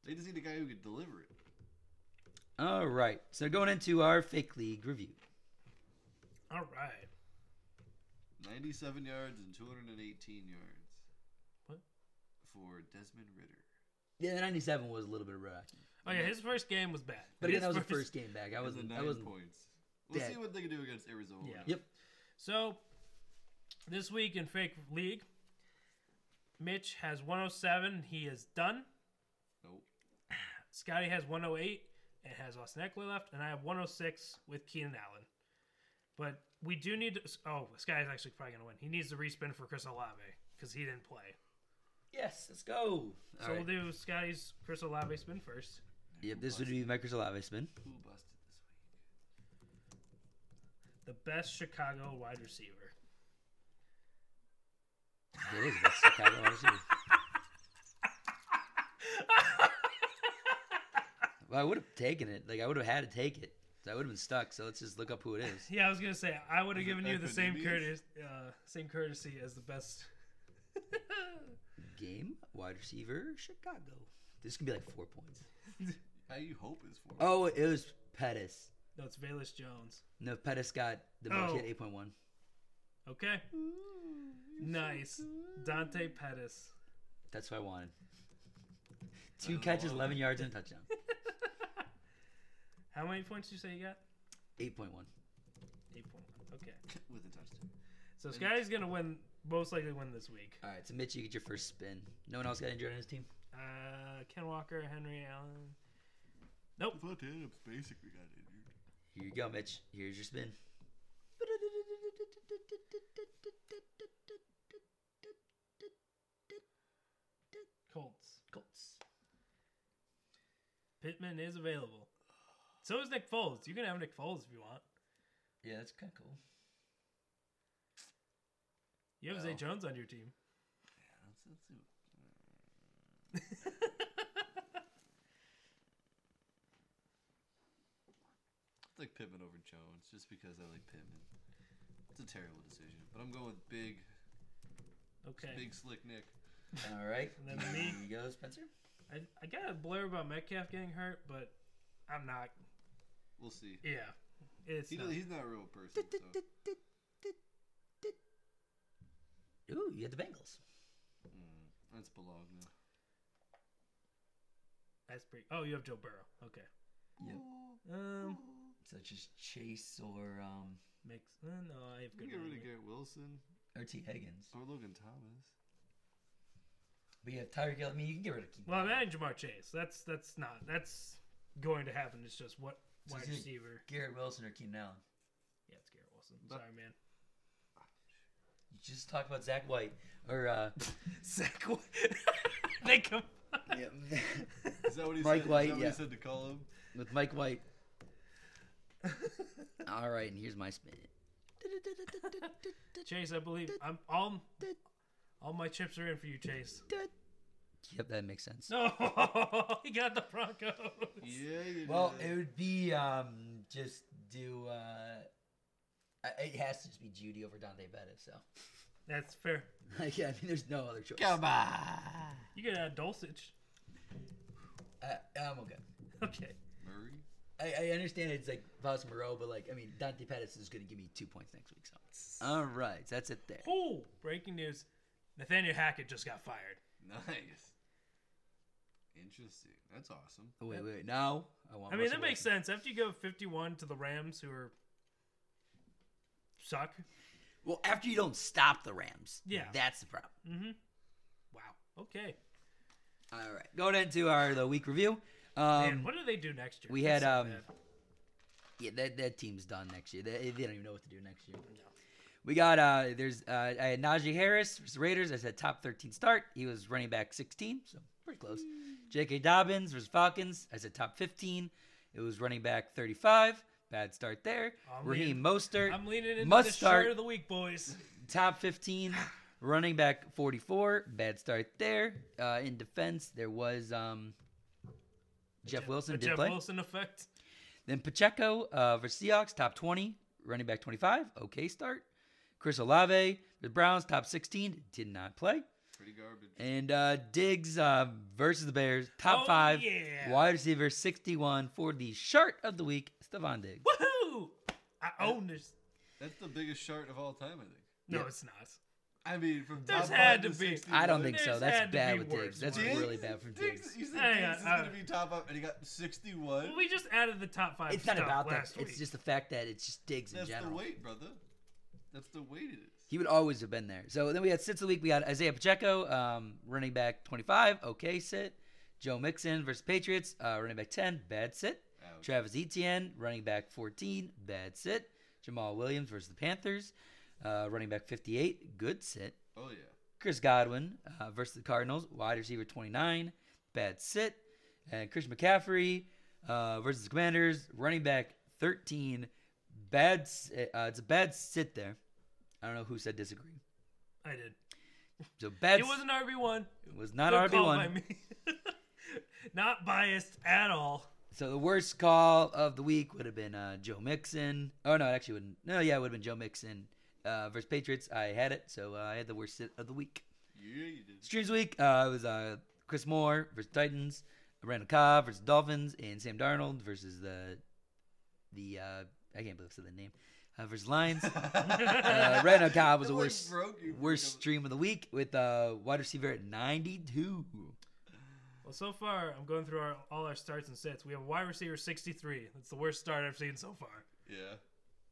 S1: They just need a guy who can deliver it.
S3: all right, so going into our fake league review.
S2: All right.
S1: 97 yards and 218 yards.
S2: What?
S1: For Desmond Ritter.
S3: Yeah, the 97 was a little bit of a rocky.
S2: Oh yeah, his first game was bad.
S3: But again, that
S2: His
S3: was the first game back.
S1: And
S3: I
S1: the
S3: wasn't. I
S1: nine
S3: wasn't.
S1: points. We'll
S3: dead.
S1: see what they can do against Arizona.
S2: Yeah.
S3: Yep.
S2: So, this week in Fake League, Mitch has 107. He is done.
S1: Nope.
S2: Scotty has 108 and has Austin Eckler left. And I have 106 with Keenan Allen. But we do need to. Oh, Scotty's actually probably going to win. He needs to respin for Chris Olave because he didn't play.
S3: Yes, let's go.
S2: So we'll do Scotty's Chris Olave spin first.
S3: Yep, this would be Microsoft Olave spin.
S1: Who busted this week?
S2: The best Chicago wide receiver.
S3: It is. That's Chicago wide receiver. Well, I would have taken it. Like I would have had to take it. So I would have been stuck. So let's just look up who it is.
S2: Yeah, I was gonna say I would have
S1: it
S2: given you the same
S1: Equanimeous?
S2: courtesy, uh, same courtesy as the best.
S3: Game wide receiver Chicago. This could be like four points.
S1: How you hope is for
S3: Oh, it was Pettis.
S2: no, it's Valus Jones.
S3: No, Pettis got the most. He
S2: Oh.
S3: had eight point one.
S2: Okay, nice, Dante Pettis.
S3: That's what I wanted. Two
S1: don't
S3: catches,
S1: know.
S3: eleven yards, and a touchdown.
S2: How many points did you say you got?
S3: Eight point one.
S2: Eight point one. Okay,
S1: With a touchdown.
S2: so Scotty's gonna win, most likely win this week.
S3: All right, so Mitch, you get your first spin. No one else got injured on his team.
S2: Uh, Ken Walker, Henry Allen.
S1: Devontae Adams basically got injured.
S3: Here you go, Mitch. Here's your spin.
S2: Colts. Colts. Pittman is available. So is Nick Foles. You can have Nick Foles if you want.
S3: Yeah, that's kind of cool.
S2: You have Zay
S1: Well.
S2: Jones on your team.
S1: Yeah, let's, let's see. what- I like Pittman over Jones just because I like Pittman. It's a terrible decision, but I'm going with Big,
S2: okay.
S1: Big Slick Nick.
S3: All right.
S2: And then me.
S3: Here you go, Spencer.
S2: I, I got a blur about Metcalf getting hurt, but I'm not.
S1: We'll see.
S2: Yeah. It's
S1: He
S2: not-
S1: does, he's not a real person. So.
S3: Ooh, you got the Bengals.
S1: Mm, that's belong now.
S2: that's pretty. Oh, you have Joe Burrow. Okay. Um,
S3: Such as Chase or um,
S2: makes. Uh, no, I have
S1: We
S2: good.
S1: get rid of
S2: running
S1: Garrett Wilson
S3: R.T. Higgins.
S1: or Logan Thomas.
S3: But you have Tyreek Hill. I mean, you can get rid of Keaton.
S2: Well, I'm adding Jamar Chase. That's that's not. That's going to happen. It's just what
S3: So
S2: wide
S3: it's gonna-
S2: receiver.
S3: Garrett Wilson or Keenan Allen.
S2: Yeah, it's Garrett Wilson.
S1: But-
S2: Sorry, man.
S3: You just talked about Zach White or uh,
S2: Zach. they come.
S1: Is that what he
S3: Mike
S1: said?
S3: White,
S1: Is that what
S3: yeah.
S1: he said to call him?
S3: with Mike White. All right, and here's my spin.
S2: Chase, I believe I'm all. All my chips are in for you, Chase.
S3: Yep, that makes sense.
S2: No, he got the Broncos.
S1: Yeah, you
S3: Well,
S1: did.
S3: it would be um just do uh I- it has to just be Judy over Dante Pettis, so
S2: That's fair.
S3: like yeah, I mean there's no other choice.
S1: Come on.
S2: You could add Dulcich.
S3: Uh, I'm okay.
S2: Okay.
S1: Murray.
S3: I, I understand it's like Vos Moreau, but like I mean Dante Pettis is gonna give me two points next week, so all right, so that's it there.
S2: Oh, breaking news. Nathaniel Hackett just got fired.
S1: Nice. Interesting. That's awesome.
S3: Oh, wait, wait, no, I want.
S2: I mean,
S3: Russell
S2: that makes
S3: Wilson.
S2: sense. After you go 51 to the Rams, who are suck.
S4: Well, after you don't stop the Rams,
S2: Yeah.
S4: that's the problem.
S2: Mm-hmm. Wow. Okay.
S3: All right, going into our the week review. Um,
S2: Man, what do they do next year?
S3: we
S2: That's
S3: had,
S2: so
S3: um,
S2: bad.
S3: Yeah, that, that team's done next year. They, they don't even know what to do next year. We got uh there's uh I had Najee Harris versus Raiders. I said top 13 start. He was running back 16, so pretty close.
S2: Mm.
S3: J.K. Dobbins versus Falcons. I said top 15. It was running back 35. Bad start there.
S2: I'm
S3: Raheem
S2: leaning-
S3: Mostert
S2: Oh, I'm leaning into
S3: must
S2: the
S3: start.
S2: shirt of the week, boys.
S3: top 15 running back 44 bad start there uh, in defense there was um, jeff wilson
S2: The
S3: did
S2: Jeff
S3: play
S2: Wilson effect.
S3: then pacheco uh, versus seahawks top 20 running back 25 okay start chris olave the browns top 16 did not play
S1: Pretty garbage.
S3: and uh, diggs uh, versus the bears top
S2: Oh,
S3: 5
S2: yeah.
S3: wide receiver 61 for the shirt of the week Stephon diggs
S2: Woohoo! I own this.
S1: That's the biggest shart of all time, I think.
S2: No,
S3: Yeah.
S2: it's not.
S1: I mean, from
S2: There's
S1: top
S2: had
S1: five
S2: to be-
S1: 60,
S3: i don't
S1: right?
S3: think so
S2: There's had
S3: that's
S2: to
S3: bad
S2: be
S3: with
S2: worse
S3: diggs that's
S2: ones.
S3: really bad for diggs
S1: You said
S2: Hang on,
S1: Diggs is
S2: uh,
S1: going to be top up, and he got 61.
S2: Well, we just added the top five.
S3: it's not
S2: stuff
S3: about that.
S2: last
S3: It's
S2: week.
S3: just the fact that it's just Diggs in
S1: That's the
S3: general.
S1: weight, brother. That's the weight it is.
S3: He would always have been there. So then we had sits of the week. We had Isaiah Pacheco, um, running back 25, okay sit. Joe Mixon versus Patriots, uh, running back 10, bad sit.
S1: Ouch.
S3: Travis Etienne, running back 14, bad sit. Jamal Williams versus the Panthers, uh, running back 58, good sit.
S1: Oh, yeah.
S3: Chris Godwin uh, versus the Cardinals, wide receiver 29, bad sit. And Chris McCaffrey uh, versus the Commanders, running back 13, bad. s- Uh, it's a bad sit there. I don't know who said disagree.
S2: I did.
S3: So bad.
S2: it
S3: s-
S2: wasn't RB one.
S3: it was not
S2: Good
S3: RB
S2: call by
S3: one.
S2: me. not biased at all.
S3: So the worst call of the week would have been uh, Joe Mixon. Oh no, it actually wouldn't. No, yeah, it would have been Joe Mixon uh, versus Patriots. I had it, so uh, I had the worst sit of the week.
S1: Yeah, you did.
S3: Streams week uh, it was uh, Chris Moore versus Titans, Randall Cobb versus Dolphins, and Sam Darnold versus the the uh, I can't believe I said the name uh, versus Lions. uh, Randall Cobb was
S1: It,
S3: the
S1: like,
S3: worst
S1: broke you for
S3: worst
S1: a couple-
S3: stream of the week with uh, wide receiver at ninety two.
S2: Well, so far I'm going through our, all our starts and sets. We have wide receiver 63. That's the worst start I've seen so far.
S1: Yeah.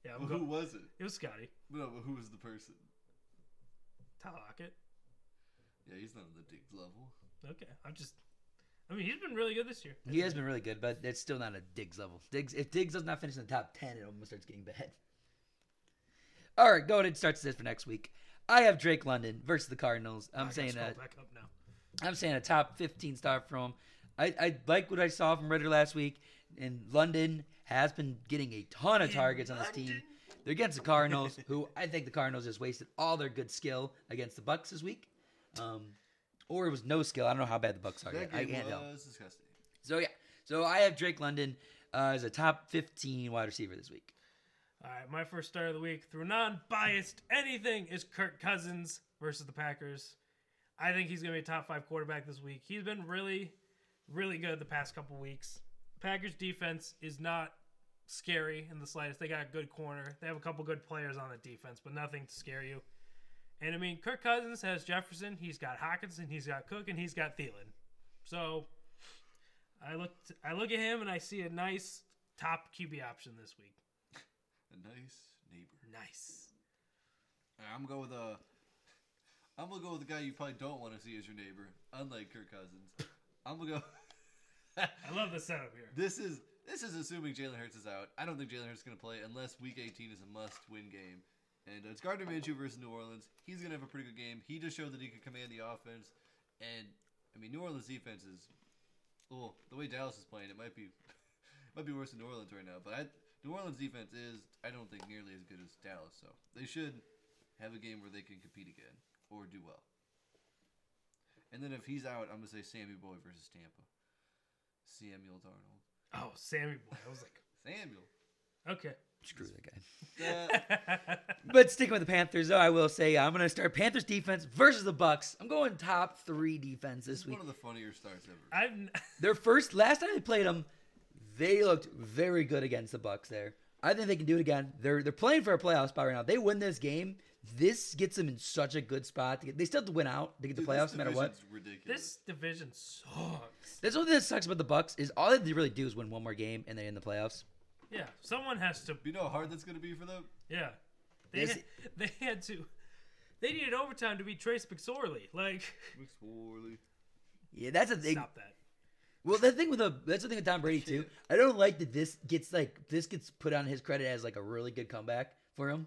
S2: Yeah, I'm
S1: Well,
S2: go-
S1: who was it?
S2: it was Scotty.
S1: No, but who was the person?
S2: Tyler Lockett.
S1: Yeah, he's not on the Diggs level.
S3: Oh,
S2: Okay, I'm just. I mean, he's been really good this year.
S3: He has been really good, but it's still not a Diggs level. Diggs, if Diggs does not finish in the top ten, it almost starts getting bad. All right, go ahead and start this for next week. I have Drake London versus the Cardinals. I'm
S2: I gotta
S3: saying
S2: scroll
S3: that
S2: Back up now.
S3: I'm saying a top 15 star from. I, I like what I saw from Ritter last week, and London has been getting a ton of targets on this team. They're against the Cardinals, who I think the Cardinals just wasted all their good skill against the Bucks this week, um, or it was no skill. I don't know how bad the Bucks are. Yet.
S1: That
S3: I
S1: game
S3: can't
S1: was
S3: tell.
S1: disgusting.
S3: So yeah, so I have Drake London uh, as a top 15 wide receiver this week.
S2: All right, my first start of the week through non-biased anything is Kirk Cousins versus the Packers. I think he's going to be a top five quarterback this week. He's been really, really good the past couple weeks. Packers defense is not scary in the slightest. They got a good corner. They have a couple good players on the defense, but nothing to scare you. And I mean, Kirk Cousins has Jefferson. He's got Hawkinson. He's got Cook, and he's got Thielen. So I look, I look at him, and I see a nice top QB option this week.
S1: A nice neighbor.
S2: Nice.
S1: Alright, I'm gonna go with uh, I'm gonna go with the guy you probably don't want to see as your neighbor, unlike Kirk Cousins. I'm gonna go.
S2: I love the setup here.
S1: this is this is assuming Jalen Hurts is out. I don't think Jalen Hurts is gonna play unless Week 18 is a must-win game. And uh, it's Gardner Minshew versus New Orleans. He's gonna have a pretty good game. He just showed that he could command the offense. And I mean, New Orleans defense is, oh, the way Dallas is playing, it might be, might be worse than New Orleans right now. But I, New Orleans defense is, I don't think nearly as good as Dallas. So they should have a game where they can compete again or do well. And then if he's out, I'm gonna say Sammy Boy versus Tampa. Samuel Darnold.
S2: Oh, Sammy boy. I was like,
S1: Samuel.
S2: okay.
S3: Screw that guy.
S1: Uh,
S3: But sticking with the Panthers, though, I will say uh, I'm going to start Panthers defense versus the Bucks. I'm going top three defense this
S1: this is
S3: week.
S1: one of the funnier starts ever.
S2: I've n-
S3: Their first last time they played them, they looked very good against the Bucks. There, I think they can do it again. They're they're playing for a playoff spot right now. They win this game, this gets them in such a good spot. To get, they still have to win out to get
S1: Dude,
S3: the
S1: this
S3: playoffs, no matter what.
S1: division's Ridiculous.
S2: this division sucks.
S3: That's the only thing that sucks about the Bucks is all they have to really do is win one more game and they're in the playoffs.
S2: Yeah, someone has to.
S1: You know how hard that's gonna be for them.
S2: Yeah, They,
S4: Yes,
S2: had, they had to. They needed overtime to beat Trace McSorley. Like,
S1: McSorley.
S3: Yeah, that's a thing.
S2: stop that.
S3: Well, the thing with the that's the thing with Tom Brady too. I don't like that this gets like this gets put on his credit as like a really good comeback for him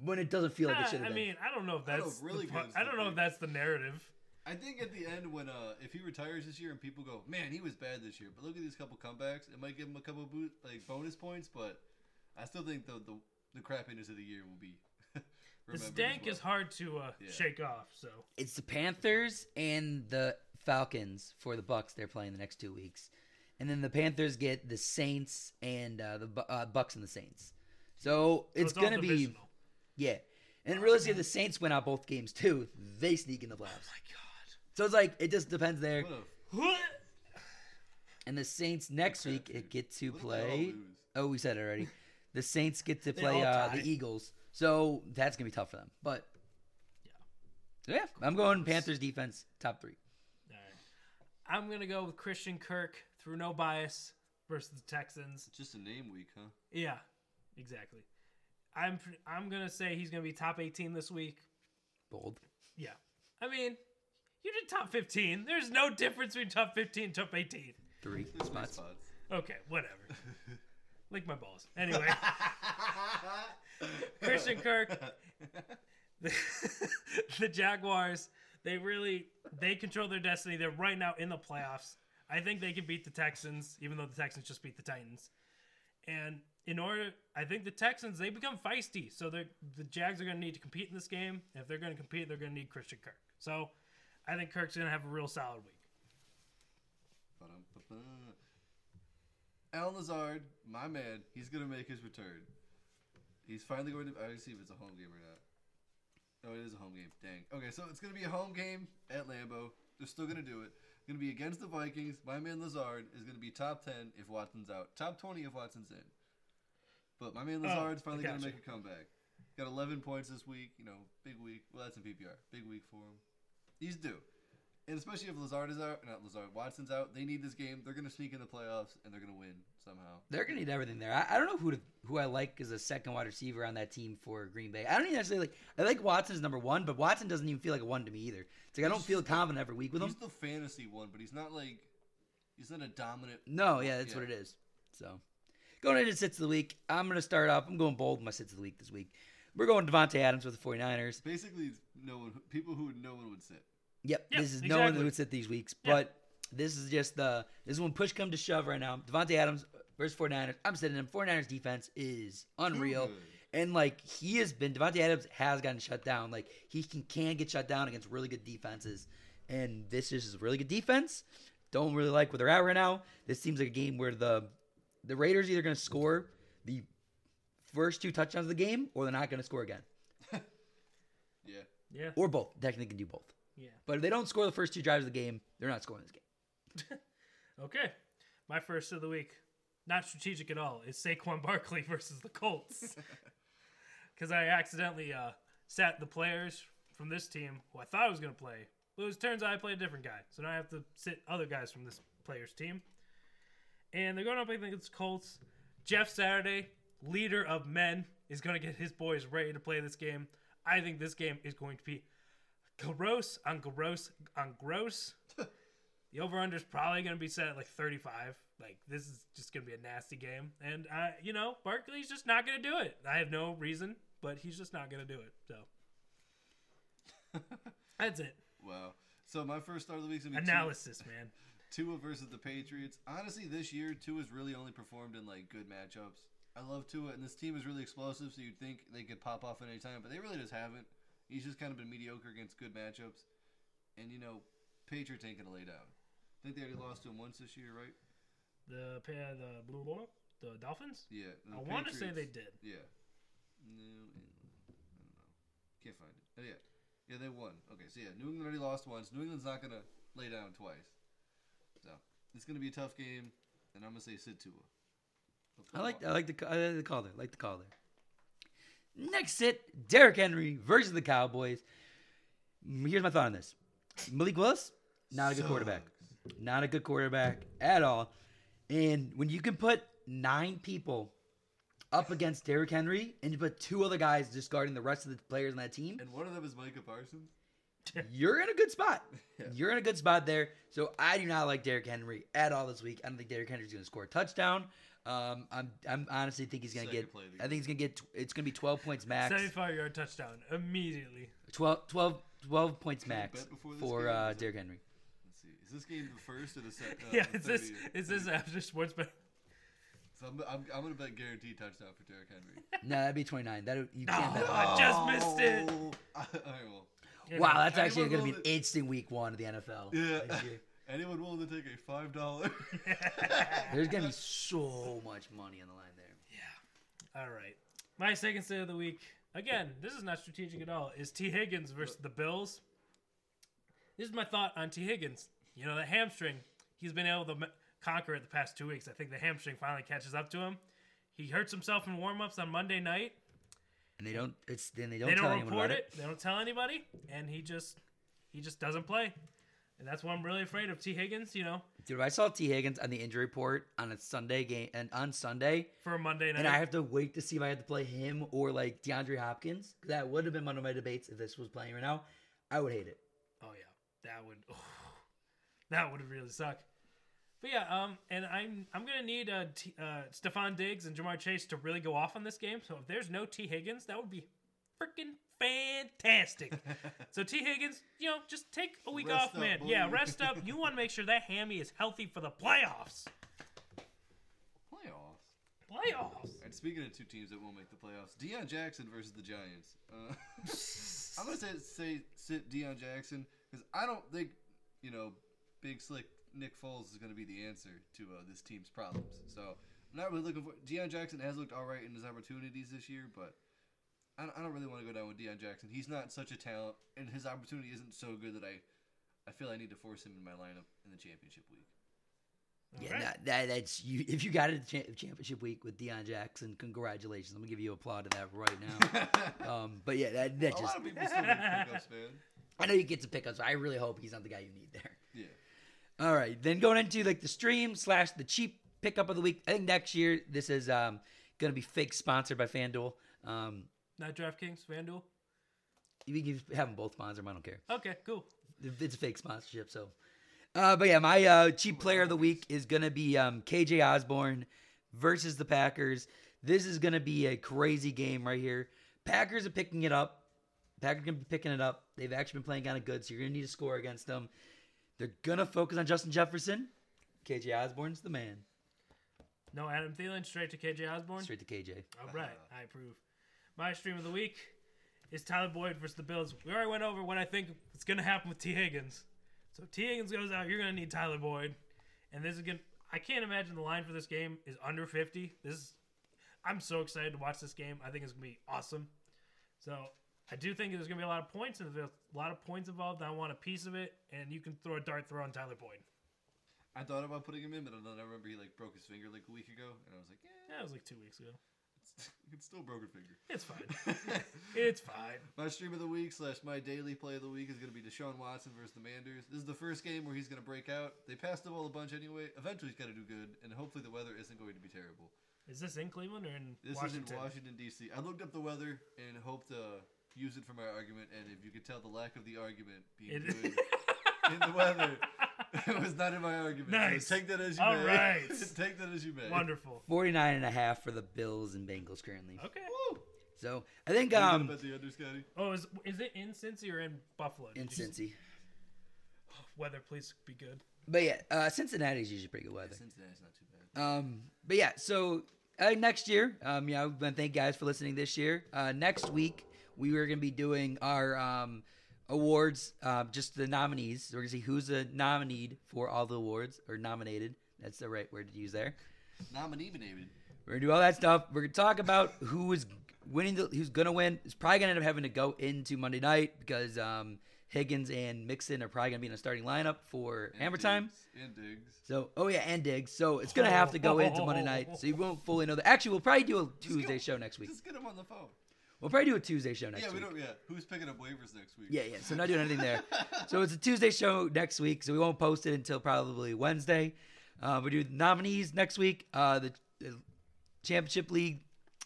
S3: when it doesn't feel like it
S2: Ah,
S3: should have
S2: I
S3: been.
S2: mean, I don't know if
S1: I know
S2: that's
S1: really
S2: the, pu-
S1: good
S2: I don't know
S1: stuff.
S2: if that's the narrative.
S1: I think at the end when uh if he retires this year and people go, man, he was bad this year, but look at these couple comebacks. It might give him a couple boot like bonus points, but I still think the the, the crappiness of the year will be.
S2: The
S1: remembered as
S2: stank
S1: well.
S2: is hard to uh,
S1: Yeah.
S2: shake off. So
S3: it's the Panthers and the Falcons for the Bucks. They're playing the next two weeks, and then the Panthers get the Saints and uh, the Bu- uh, Bucks and the Saints. So
S2: so
S3: it's,
S2: all
S3: gonna be
S2: divisional.
S3: yeah. And realistically, the Saints win out both games too. They sneak in the playoffs.
S2: My
S3: So it's like it just depends there.
S1: What a-
S2: God.
S3: And the Saints next
S1: Okay,
S3: week
S1: dude.
S3: it get to
S1: what if they all
S3: play.
S1: lose?
S3: Oh, we said it already. The Saints get to
S4: They
S3: play
S4: all
S3: uh,
S4: tie.
S3: the Eagles, so that's gonna be tough for them. But
S2: Yeah.
S3: yeah, yeah, I'm going Panthers defense top three.
S2: All right. I'm gonna go with Christian Kirk through no bias versus the Texans.
S1: It's just a name week, huh?
S2: Yeah, exactly. I'm pre- I'm gonna say he's gonna be top 18 this week.
S3: Bold.
S2: Yeah, I mean, you did top 15. There's no difference between top 15 and top 18.
S3: Three
S1: There's three
S3: spots.
S1: spots.
S2: Okay, whatever. Lick my balls. Anyway, Christian Kirk. the, the Jaguars, they really they control their destiny. They're right now in the playoffs. I think they can beat the Texans, even though the Texans just beat the Titans. And in order, I think the Texans they become feisty, so they the Jags are going to need to compete in this game. If they're going to compete, they're going to need Christian Kirk. So, I think Kirk's going to have a real solid week.
S1: Ba-dum-ba-ba. Alan Lazard, my man, he's gonna make his return. He's finally going to. I gotta see if it's a home game or not. Oh, it is a home game. Dang. Okay, so it's gonna be a home game at Lambeau. They're still gonna do it. Gonna be against the Vikings. My man Lazard is gonna be top ten if Watson's out. Top twenty if Watson's in. But my man
S2: Oh,
S1: Lazard's
S2: I
S1: finally gonna
S2: gotcha.
S1: make a comeback. Got 11 points this week. You know, big week. Well, that's in PPR. Big week for him. He's due. And especially if Lazard is out, not Lazard, Watson's out, they need this game. They're going to sneak in the playoffs and they're going to win somehow.
S3: They're gonna need everything there. I, I don't know who to, who I like as a second wide receiver on that team for Green Bay. I don't even necessarily like. I like Watson as number one, but Watson doesn't even feel like a one to me either. It's like I don't
S1: He's-
S3: feel confident every week with
S1: He's
S3: him.
S1: the fantasy one, but he's not like he's not a dominant.
S3: No, yeah, that's
S1: Yeah.
S3: what it is. So, going into sits of the week, I'm going to start off. I'm going bold with my sits of the week this week. We're going Devonte Adams with the 49ers.
S1: Basically, it's no one people who no one would sit.
S3: Yep,
S2: Yeah,
S3: this is no one
S2: exactly.
S3: who would sit these weeks,
S2: Yeah.
S3: but this is just the this is when push come to shove right now. Devonte Adams versus 49ers. I'm sitting him. 49ers defense is
S1: Too
S3: unreal.
S1: good.
S3: And like he has been, Devontae Adams has gotten shut down. Like he can can get shut down against really good defenses, and this is just a really good defense. Don't really like where they're at right now. This seems like a game where the the Raiders either going to score the first two touchdowns of the game, or they're not going to score again,
S1: Yeah,
S2: Yeah,
S3: or both. Technically, can do both.
S2: yeah.
S3: But if they don't score the first two drives of the game, they're not scoring this game.
S2: Okay, my first of the week, not strategic at all, is Saquon Barkley versus the Colts. Because I accidentally uh, sat the players from this team who I thought I was going to play, but it turns out I played a different guy. So now I have to sit other guys from this player's team. And they're going up against Colts. Jeff Saturday, leader of men, is going to get his boys ready to play this game. I think this game is going to be gross on gross on gross. The over under is probably going to be set at like 35. Like, this is just going to be a nasty game. And, uh, you know, Barkley's just not going to do it. I have no reason, but he's just not going to do it. So, that's it.
S1: wow. So my first start of the week's gonna be two-
S2: Analysis, man.
S1: Tua versus the Patriots. Honestly, this year Tua's really only performed in like good matchups. I love Tua, and this team is really explosive. So you'd think they could pop off at any time, but they really just haven't. He's just kind of been mediocre against good matchups, and you know, Patriots ain't gonna lay down. I think they already lost to him once this year, right?
S2: The, pa- the blue, blue, the Dolphins?
S1: Yeah. the
S2: I want to say
S1: Patriots-
S2: they did.
S1: Yeah. No, I don't know. Can't find it. Oh, yeah. Yeah, they won. Okay, so yeah, New England already lost once. New England's not going to lay down twice. So, it's going to be a tough game, and I'm going to say Sid Tua.
S3: I like I like the I like the call there. I like the call there. Next sit, Derrick Henry versus the Cowboys. Mm, Here's my thought on this: Malik Willis, not a good quarterback, not a good quarterback at all. And when you can put nine people up against Derrick Henry and you put two other guys just guarding the rest of the players on that team,
S1: And one of them is Micah Parsons.
S3: you're in a good spot.
S1: Yeah.
S3: You're in a good spot there. So I do not like Derrick Henry at all this week. I don't think Derrick Henry's going to score a touchdown. Um, I'm, I'm honestly think he's going to
S1: Second
S3: get.
S1: play of the
S3: I think he's going to get. tw- It's going to be 12 points max.
S2: 75 yard touchdown immediately.
S3: 12, 12, 12 points
S1: we
S3: max
S1: bet before this
S3: for
S1: game, or
S3: uh,
S1: is it-
S3: Derrick Henry.
S1: Let's see. Is this game the first or the second? Uh,
S2: yeah,
S1: the
S2: is this
S1: 30th?
S2: is this after sports bet?
S1: So I'm, I'm, I'm gonna bet guaranteed touchdown for Derrick Henry.
S3: No, that'd be 29. That you can't bet.
S2: No.
S3: on
S2: I just missed it.
S1: No. Oh. All right, well,
S3: that. Wow, that's
S1: Anyone
S3: actually going to be an
S1: willing to-
S3: interesting week one of the NFL.
S1: yeah.
S3: this year.
S1: Anyone willing to take a five dollar?
S3: There's going to be so much money on the line there.
S2: Yeah. All right. My second state of the week, again, this is not strategic at all, is T. Higgins versus the Bills. This is my thought on T. Higgins. You know, the hamstring, he's been able to ma- conquer it the past two weeks. I think the hamstring finally catches up to him. He hurts himself in warm ups on Monday night.
S3: And they don't. It's then they don't
S2: They
S3: tell
S2: don't
S3: anyone
S2: report
S3: about
S2: it. They don't tell anybody, and he just he just doesn't play. And that's why I'm really afraid of T. Higgins. You know,
S3: Dude, I saw T Higgins on the injury report on a Sunday game and on Sunday,
S2: for a Monday night.
S3: and I have to wait to see if I had to play him or like DeAndre Hopkins. 'cause That would have been one of my debates if this was playing right now. I would hate it.
S2: Oh yeah, that would that would really suck. But yeah, um, and I'm I'm gonna need uh, T, uh Stephon Diggs and Jamar Chase to really go off on this game. So if there's no T Higgins, that would be freaking fantastic. so T Higgins, you know, just take a week
S1: Rest
S2: off,
S1: up,
S2: man.
S1: boy.
S2: Yeah, rest up. You want to make sure that hammy is healthy for the playoffs.
S1: playoffs.
S2: Playoffs.
S1: And speaking of two teams that won't make the playoffs, Deion Jackson versus the Giants. Uh, I'm gonna say, say sit Deion Jackson because I don't think you know big slick Nick Foles is gonna be the answer to uh, this team's problems. So I'm not really looking for Deion Jackson has looked all right in his opportunities this year, but I don't, I don't really want to go down with Deion Jackson. He's not such a talent, and his opportunity isn't so good that I I feel I need to force him in my lineup in the championship week.
S2: All
S3: Yeah,
S2: right.
S3: that, that that's you. If you got it cha- championship week with Deion Jackson, congratulations. I'm gonna give you a applaud to that right now. um, but yeah, that, that
S1: A
S3: just
S1: lot of people still make pickups, man.
S3: I know you get to pick up. So I really hope he's not the guy you need there.
S1: Yeah.
S3: All right, then going into like the stream slash the cheap pickup of the week. I think next year this is um, gonna be fake sponsored by FanDuel. Um,
S2: Not DraftKings, FanDuel.
S3: we can have them both sponsor 'em, I don't care.
S2: Okay, cool.
S3: It's a fake sponsorship, so. Uh, but yeah, my uh, cheap player of the week is gonna be um, KJ Osborne versus the Packers. This is gonna be a crazy game right here. Packers are picking it up. Packers gonna be picking it up. They've actually been playing kind of good, so you're gonna need a score against them. They're gonna focus on Justin Jefferson. KJ Osborne's the man.
S2: No Adam Thielen, straight to KJ Osborne.
S3: Straight to KJ.
S2: All right,
S1: uh,
S2: I approve. My stream of the week is Tyler Boyd versus the Bills. We already went over what I think is going to happen with T. Higgins. So T. Higgins goes out. You're going to need Tyler Boyd, and this is going. to I can't imagine the line for this game is under 50. This is. I'm so excited to watch this game. I think it's going to be awesome. So I do think there's going to be a lot of points and there's a lot of points involved. I want a piece of it, and you can throw a dart throw on Tyler Boyd.
S1: I thought about putting him in, but then I remember he like broke his finger like a week ago, and I was like, yeah,
S2: That was like two weeks ago.
S1: it's, it's still broken finger.
S2: It's fine. it's fine.
S1: my stream of the week slash my daily play of the week is going to be Deshaun Watson versus the Manders. This is the first game where he's going to break out. They passed the ball a bunch anyway. Eventually, he's got to do good, and hopefully, the weather isn't going to be terrible.
S2: Is this in Cleveland or in
S1: This
S2: Washington?
S1: is in Washington D.C. I looked up the weather and hope to use it for my argument. And if you could tell the lack of the argument being
S2: It-
S1: good in the weather, it was not in my argument. So
S2: Nice.
S1: take that as you
S2: All
S1: may.
S2: right.
S1: take that as you may.
S2: Wonderful.
S3: 49 and a half for the Bills and Bengals currently.
S2: Okay.
S3: So I think
S1: Are you
S3: um
S1: gonna bet the under, Scotty?
S2: Oh, is is it in Cincy or in Buffalo? Did
S3: in
S2: you just-
S3: Cincy.
S2: Weather, please be good.
S3: But yeah, uh, Cincinnati's usually pretty good weather.
S1: Cincinnati's not too bad.
S3: Um, but yeah, so uh, next year, um, yeah, I want to thank you guys for listening this year. Uh, next week, we are going to be doing our um, awards, um, just the nominees. So we're going to see who's the nominee for all the awards or nominated. That's the right word to use there.
S1: Nominee David.
S3: We're gonna do all that stuff. We're gonna talk about who is winning, the, who's gonna win. It's probably gonna end up having to go into Monday night because um, Higgins and Mixon are probably gonna be in a starting lineup for Hammer Time.
S1: And Diggs.
S3: So, oh yeah, and Diggs. So it's gonna have to go into Monday night. So you won't fully know that. Actually, we'll probably do a
S1: Just
S3: Tuesday
S1: get-
S3: show next week.
S1: Just get him on the phone.
S3: We'll probably do a Tuesday show next
S1: yeah, we
S3: week.
S1: don't. Yeah, who's picking up waivers next week?
S3: Yeah, yeah. So not doing anything there. so it's a Tuesday show next week. So we won't post it until probably Wednesday. Uh, we do the nominees next week. Uh, the, the championship league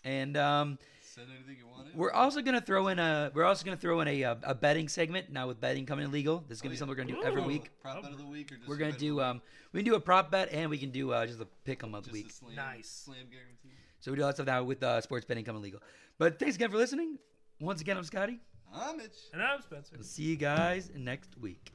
S3: And um,
S1: Send anything you want in.
S3: we're also gonna throw in a we're also gonna throw in a uh, a betting segment now with betting coming illegal. This is
S1: Oh,
S3: gonna be
S1: yeah.
S3: something we're gonna do
S2: Ooh.
S3: every
S1: Prop-
S3: week.
S1: Prop bet of the week, or just
S3: We're
S1: a
S3: gonna
S1: bet of
S3: do
S1: the
S3: um we can do a prop bet and we can do uh, just a pick 'em of
S1: week?
S3: the
S1: Just
S3: week.
S1: a slam,
S2: Nice.
S1: slam guarantee.
S3: So we do a lot of stuff now with uh, sports betting coming legal. But thanks again for listening. Once again, I'm Scotty.
S1: Ah, Mitch.
S2: And I'm Spencer.
S3: We'll see you guys next week.